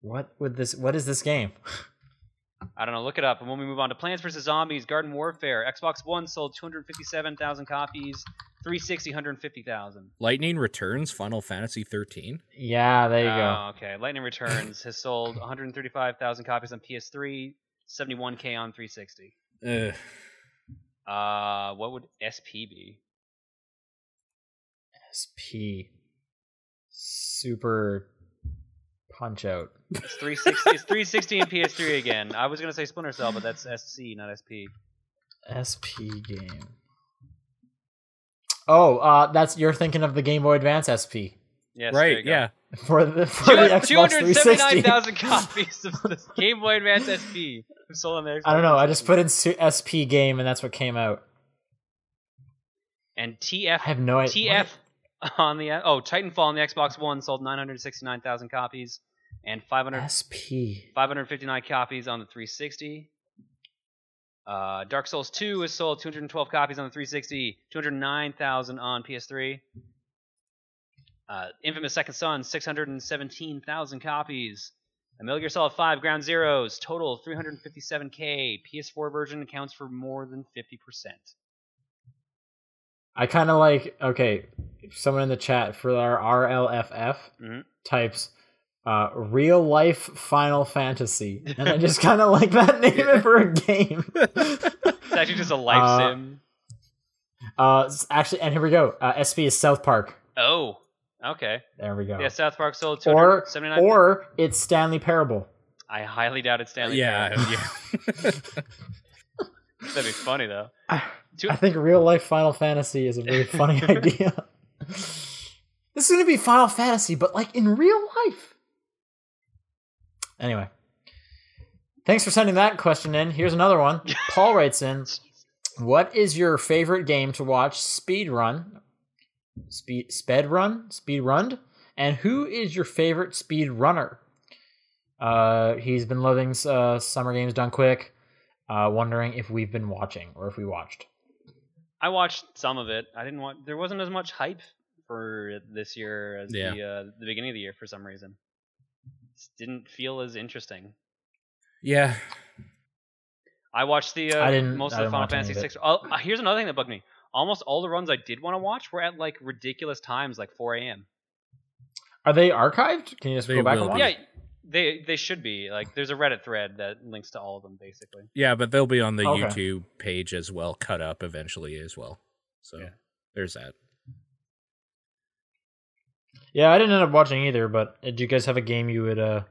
Speaker 1: What would this? What is this game?
Speaker 2: I don't know. Look it up. And when we move on to Plants vs Zombies Garden Warfare, Xbox One sold 257,000 copies. 360 150,000.
Speaker 3: Lightning Returns Final Fantasy 13.
Speaker 1: Yeah, there you go.
Speaker 2: Oh, okay. Lightning Returns has sold 135,000 copies on PS3, 71k on 360.
Speaker 3: Ugh.
Speaker 2: Uh, what would SP be?
Speaker 1: SP. Super punch out.
Speaker 2: It's 360. it's 360 and PS3 again. I was gonna say Splinter Cell, but that's SC, not SP.
Speaker 1: SP game. Oh, uh, that's you're thinking of the Game Boy Advance SP
Speaker 2: Yes, there you
Speaker 3: right,
Speaker 2: go.
Speaker 3: yeah.
Speaker 1: for the for the
Speaker 2: Two
Speaker 1: Xbox
Speaker 2: hundred seventy-nine
Speaker 1: 360.
Speaker 2: thousand copies of the Game Boy Advance SP have sold on the Xbox
Speaker 1: I don't know. I just
Speaker 2: 360.
Speaker 1: put in su- SP game and that's what came out.
Speaker 2: and
Speaker 1: I
Speaker 2: TF
Speaker 1: have no idea.
Speaker 2: TF on the oh Titanfall on the Xbox One sold nine hundred sixty-nine thousand copies and 500,
Speaker 1: SP.
Speaker 2: 559 copies on the 360. Uh, Dark Souls 2 has sold 212 copies on the 360, 209,000 on PS3. Uh, Infamous Second Son, 617,000 copies. And Metal Gear Solid 5 Ground Zeroes, total 357k. PS4 version accounts for more than 50%.
Speaker 1: I kind of like okay. Someone in the chat for our RLFF
Speaker 2: Mhm.
Speaker 1: types uh, real life Final Fantasy, and I just kind of like that name for a game.
Speaker 2: It's actually just a life
Speaker 1: Uh,
Speaker 2: sim.
Speaker 1: Uh, s- actually, and here we go. Uh, SP is South Park.
Speaker 2: Oh, okay.
Speaker 1: There we go.
Speaker 2: Yeah, South Park sold
Speaker 1: or
Speaker 2: 279.
Speaker 1: or it's Stanley Parable.
Speaker 2: I highly doubt it's Stanley.
Speaker 3: yeah,
Speaker 2: Parable.
Speaker 3: yeah.
Speaker 2: That'd be funny though.
Speaker 1: I
Speaker 2: Two-
Speaker 1: I think real life Final Fantasy is a really funny idea. This is gonna be Final Fantasy, but like in real life. Anyway, thanks for sending that question in. Here's another one. Paul writes in, "What is your favorite game to watch speed run, speed sped run, speed runned, and who is your favorite speed runner?" Uh, he's been loving uh, summer games done quick. Uh, wondering if we've been watching or if we watched.
Speaker 2: I watched some of it. I didn't watch. There wasn't as much hype for it this year as
Speaker 3: Yeah.
Speaker 2: the uh, the beginning of the year for some reason. Just didn't feel as interesting.
Speaker 3: yeah.
Speaker 2: I watched the uh,
Speaker 1: I didn't-
Speaker 2: most
Speaker 1: I
Speaker 2: of the
Speaker 1: didn't
Speaker 2: Final
Speaker 1: watch any
Speaker 2: Fantasy
Speaker 1: of
Speaker 2: VI.
Speaker 1: it.
Speaker 2: Oh, uh, here's another thing that bugged me. Almost all the runs I did want to watch were at like ridiculous times, like 4 a.m.
Speaker 1: Are they archived? Can you just
Speaker 3: They
Speaker 1: go back
Speaker 3: will
Speaker 1: and watch?
Speaker 3: be.
Speaker 2: Yeah, they they should be. Like, there's a Reddit thread that links to all of them, basically.
Speaker 3: Yeah, but they'll be on the
Speaker 1: Okay.
Speaker 3: YouTube page as well, cut up eventually as well. So
Speaker 2: Yeah.
Speaker 3: there's that.
Speaker 1: Yeah, I didn't end up watching either. But uh, do you guys have a game you would uh,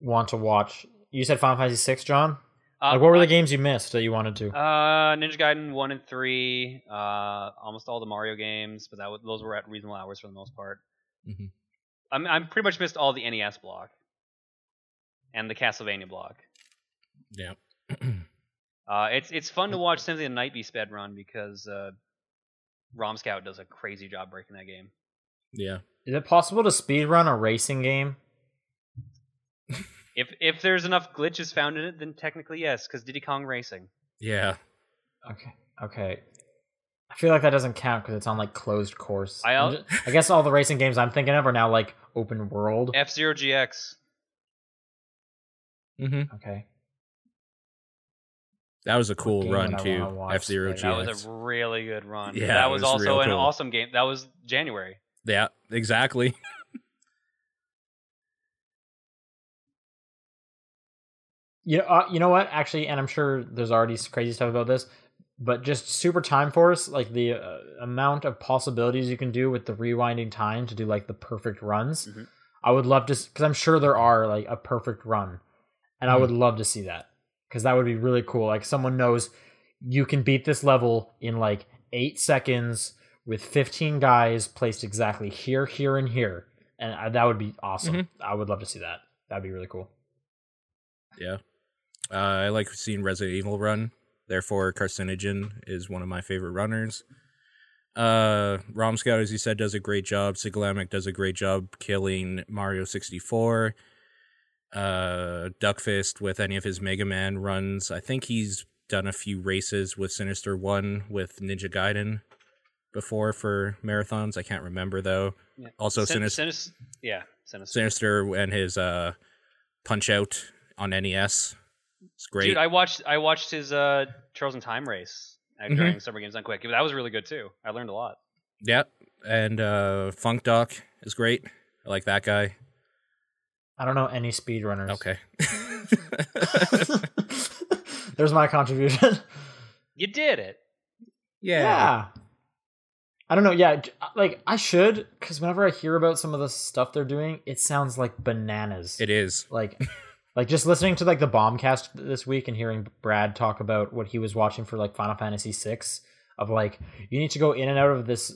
Speaker 1: want to watch? You said Final Fantasy Six, John.
Speaker 2: Uh,
Speaker 1: like, what were
Speaker 2: I-
Speaker 1: the games you missed that you wanted to?
Speaker 2: Uh, Ninja Gaiden one and three. Uh, almost all the Mario games, but that was, those were at reasonable hours for the most part.
Speaker 3: Mhm.
Speaker 2: I'm I'm pretty much missed all the NES block, and the Castlevania block.
Speaker 3: Yeah.
Speaker 2: Uh, it's it's fun to watch Symphony of the Night be sped run because uh, Rom Scout does a crazy job breaking that game.
Speaker 3: yeah.
Speaker 1: Is it possible to speedrun a racing game?
Speaker 2: If if there's enough glitches found in it, then technically yes, because Diddy Kong Racing.
Speaker 3: Yeah.
Speaker 1: Okay, okay. I feel like that doesn't count because it's on like closed course.
Speaker 2: I
Speaker 1: I'm
Speaker 2: al-
Speaker 1: ju- I guess all the racing games I'm thinking of are now like open world.
Speaker 2: F Zero GX.
Speaker 3: Mm-hmm.
Speaker 1: Okay.
Speaker 3: That was a cool
Speaker 1: game
Speaker 3: run
Speaker 1: would I wanna
Speaker 3: too.
Speaker 1: watch
Speaker 3: F Zero
Speaker 1: later?
Speaker 2: That
Speaker 1: Yeah,
Speaker 2: was
Speaker 3: GX.
Speaker 2: a really good run.
Speaker 3: Yeah,
Speaker 2: that
Speaker 3: it
Speaker 2: was,
Speaker 3: was
Speaker 2: also
Speaker 3: real
Speaker 2: an
Speaker 3: cool.
Speaker 2: awesome game. That was January.
Speaker 3: Yeah, exactly.
Speaker 1: You know, uh, you know what? Actually, and I'm sure there's already s- crazy stuff about this, but just Super Time Force, like the uh, amount of possibilities you can do with the rewinding time to do like the perfect runs.
Speaker 2: Mhm.
Speaker 1: I would love to, because I'm sure there are like a perfect run, and I would love to see that because that would be really cool. Like someone knows you can beat this level in like eight seconds with 15 guys placed exactly here, here, and here, and I, that would be awesome.
Speaker 3: Mhm.
Speaker 1: I would love to see that. That'd be really cool.
Speaker 3: Uh, I like seeing Resident Evil run. Therefore, Carcinogen is one of my favorite runners. Uh, Rom Scout, as you said, does a great job. Siglamic does a great job killing Mario 64. Uh, Duckfist with any of his Mega Man runs. I think he's done a few races with Sinister One with Ninja Gaiden before for marathons. I can't remember though.
Speaker 2: Yeah.
Speaker 3: Also,
Speaker 2: Sin-
Speaker 3: Sinister,
Speaker 2: Sinis- yeah, Sinister.
Speaker 3: Sinister and his uh, Punch Out on NES. It's great.
Speaker 2: Dude, I watched I watched his uh, Charles and Time race uh,
Speaker 3: Mhm.
Speaker 2: during Summer Games on Quick. That was really good too. I learned a lot.
Speaker 3: Yep. And uh Funk Doc is great. I like that guy.
Speaker 1: I don't know any speedrunners.
Speaker 3: Okay.
Speaker 1: There's my contribution.
Speaker 2: You did it.
Speaker 1: Yeah. I don't know. Yeah, j- like I should, because whenever I hear about some of the stuff they're doing, it sounds like bananas.
Speaker 3: It is.
Speaker 1: like like just listening to like the bombcast this week and hearing brad talk about what he was watching for like final fantasy VI of like you need to go in and out of this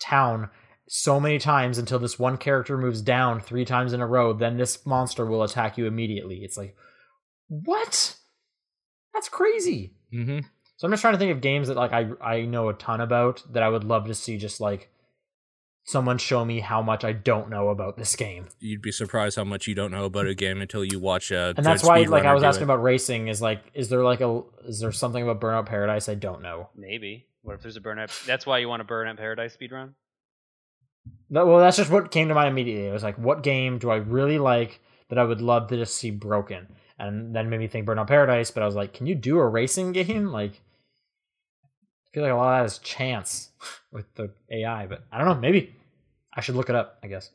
Speaker 1: town so many times until this one character moves down three times in a row then this monster will attack you immediately it's like what that's crazy
Speaker 3: Mm-hmm.
Speaker 1: so i'm just trying to think of games that like i i know a ton about that i would love to see just like someone show me how much i don't know about this game
Speaker 3: You'd be surprised how much you don't know about a game until you watch uh, a.
Speaker 1: and that's why like i was asking about racing is like is there like a is there something about burnout paradise i don't know
Speaker 2: Maybe. What if there's a burnout? That's why you want a burnout paradise speedrun.
Speaker 1: That- well that's just what came to mind immediately it was like what game do i really like that i would love to just see broken and then made me think burnout paradise but i was like can you do a racing game like i feel like a lot of that is chance with the ai but i don't know maybe i should look it up i guess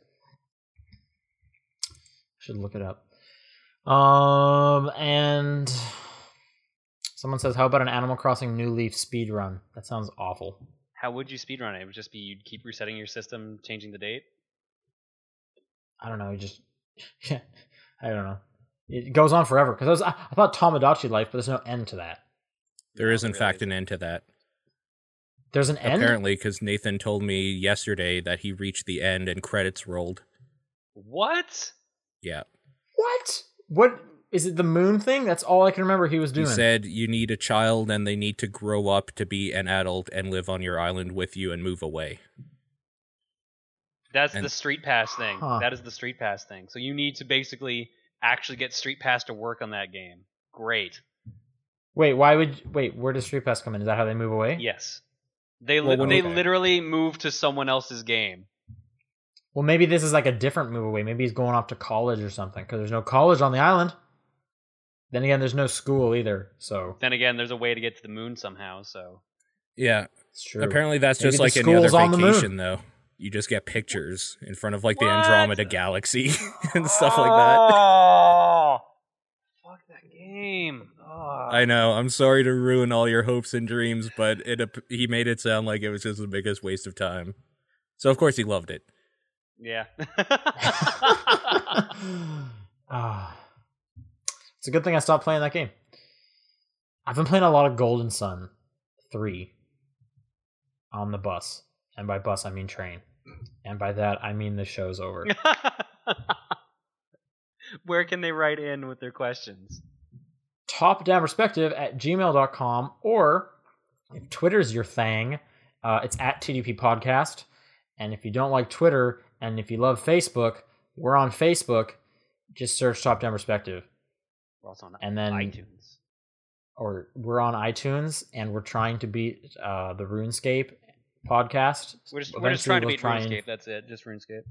Speaker 1: I should look it up um and Someone says, "How about an Animal Crossing New Leaf speed run?" That sounds awful.
Speaker 2: How would you speedrun it? It would just be you'd keep resetting your system, changing the date.
Speaker 1: I don't know. You just, I don't know. It goes on forever because I was, I, I thought Tomodachi Life, but there's no end to that.
Speaker 3: There is, in
Speaker 2: Really.
Speaker 3: fact, an end to that.
Speaker 1: There's an end.
Speaker 3: Apparently, because Nathan told me yesterday that he reached the end and credits rolled.
Speaker 2: What?
Speaker 3: Yeah.
Speaker 1: What? What is it? The moon thing? That's all I can remember he was doing.
Speaker 3: He said you need a child and they need to grow up to be an adult and live on your island with you and move away.
Speaker 2: That's
Speaker 3: And-
Speaker 2: the street pass thing.
Speaker 1: Huh.
Speaker 2: That is the street pass thing. So you need to basically actually get street pass to work on that game. Great.
Speaker 1: wait, why would? Wait, where does Street Pass come in? Is that how they move away?
Speaker 2: Yes. They
Speaker 3: Well,
Speaker 2: li-
Speaker 3: when-
Speaker 2: they
Speaker 3: okay.
Speaker 2: literally move to someone else's game.
Speaker 1: Well, maybe this is like a different move away. Maybe he's going off to college or something because there's no college on the island. Then again, there's no school either, so
Speaker 2: Then again, there's a way to get to the moon somehow. So
Speaker 3: Yeah.
Speaker 1: it's true.
Speaker 3: Apparently, that's
Speaker 1: Maybe
Speaker 3: just
Speaker 1: the
Speaker 3: like any other
Speaker 1: school's on the moon.
Speaker 3: vacation, though. You just get pictures in front of like the
Speaker 2: What?
Speaker 3: Andromeda galaxy and stuff like that.
Speaker 2: Oh, fuck that game. Oh.
Speaker 3: I know. I'm sorry to ruin all your hopes and dreams, but it ap- he made it sound like it was just the biggest waste of time. So of course he loved it.
Speaker 2: Yeah.
Speaker 1: Ah. it's a good thing I stopped playing that game. I've been playing a lot of Golden Sun 3 on the bus. And by bus, I mean train. And by that, I mean the show's over.
Speaker 2: Where can they write in with their questions?
Speaker 1: Top down perspective at gmail.com or if Twitter's your thing, uh, it's at TDP Podcast. And if you don't like Twitter and if you love Facebook, we're on Facebook. Just search Top Down Perspective.
Speaker 2: We're also on
Speaker 1: And then
Speaker 2: iTunes.
Speaker 1: or we're on iTunes and we're trying to beat uh, the RuneScape podcast.
Speaker 2: We're just, we're just trying to beat
Speaker 1: trying,
Speaker 2: RuneScape. That's it. Just RuneScape.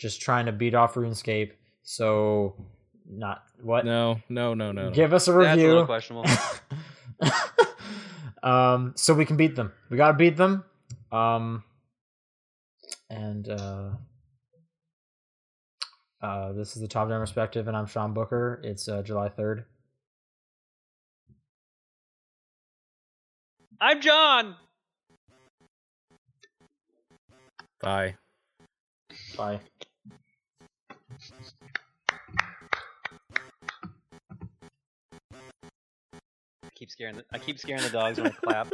Speaker 1: Just trying to beat off RuneScape. So not what?
Speaker 3: No, no, no, no. no.
Speaker 1: Give us a
Speaker 2: That's a little
Speaker 1: review.
Speaker 2: questionable.
Speaker 1: um, so we can beat them. We gotta beat them. Um, and uh, uh, this is the top down perspective, and I'm Sean Booker. It's uh, July third.
Speaker 2: I'm John.
Speaker 3: Bye.
Speaker 1: Bye.
Speaker 2: I keep scaring the, I keep scaring the dogs when I clap.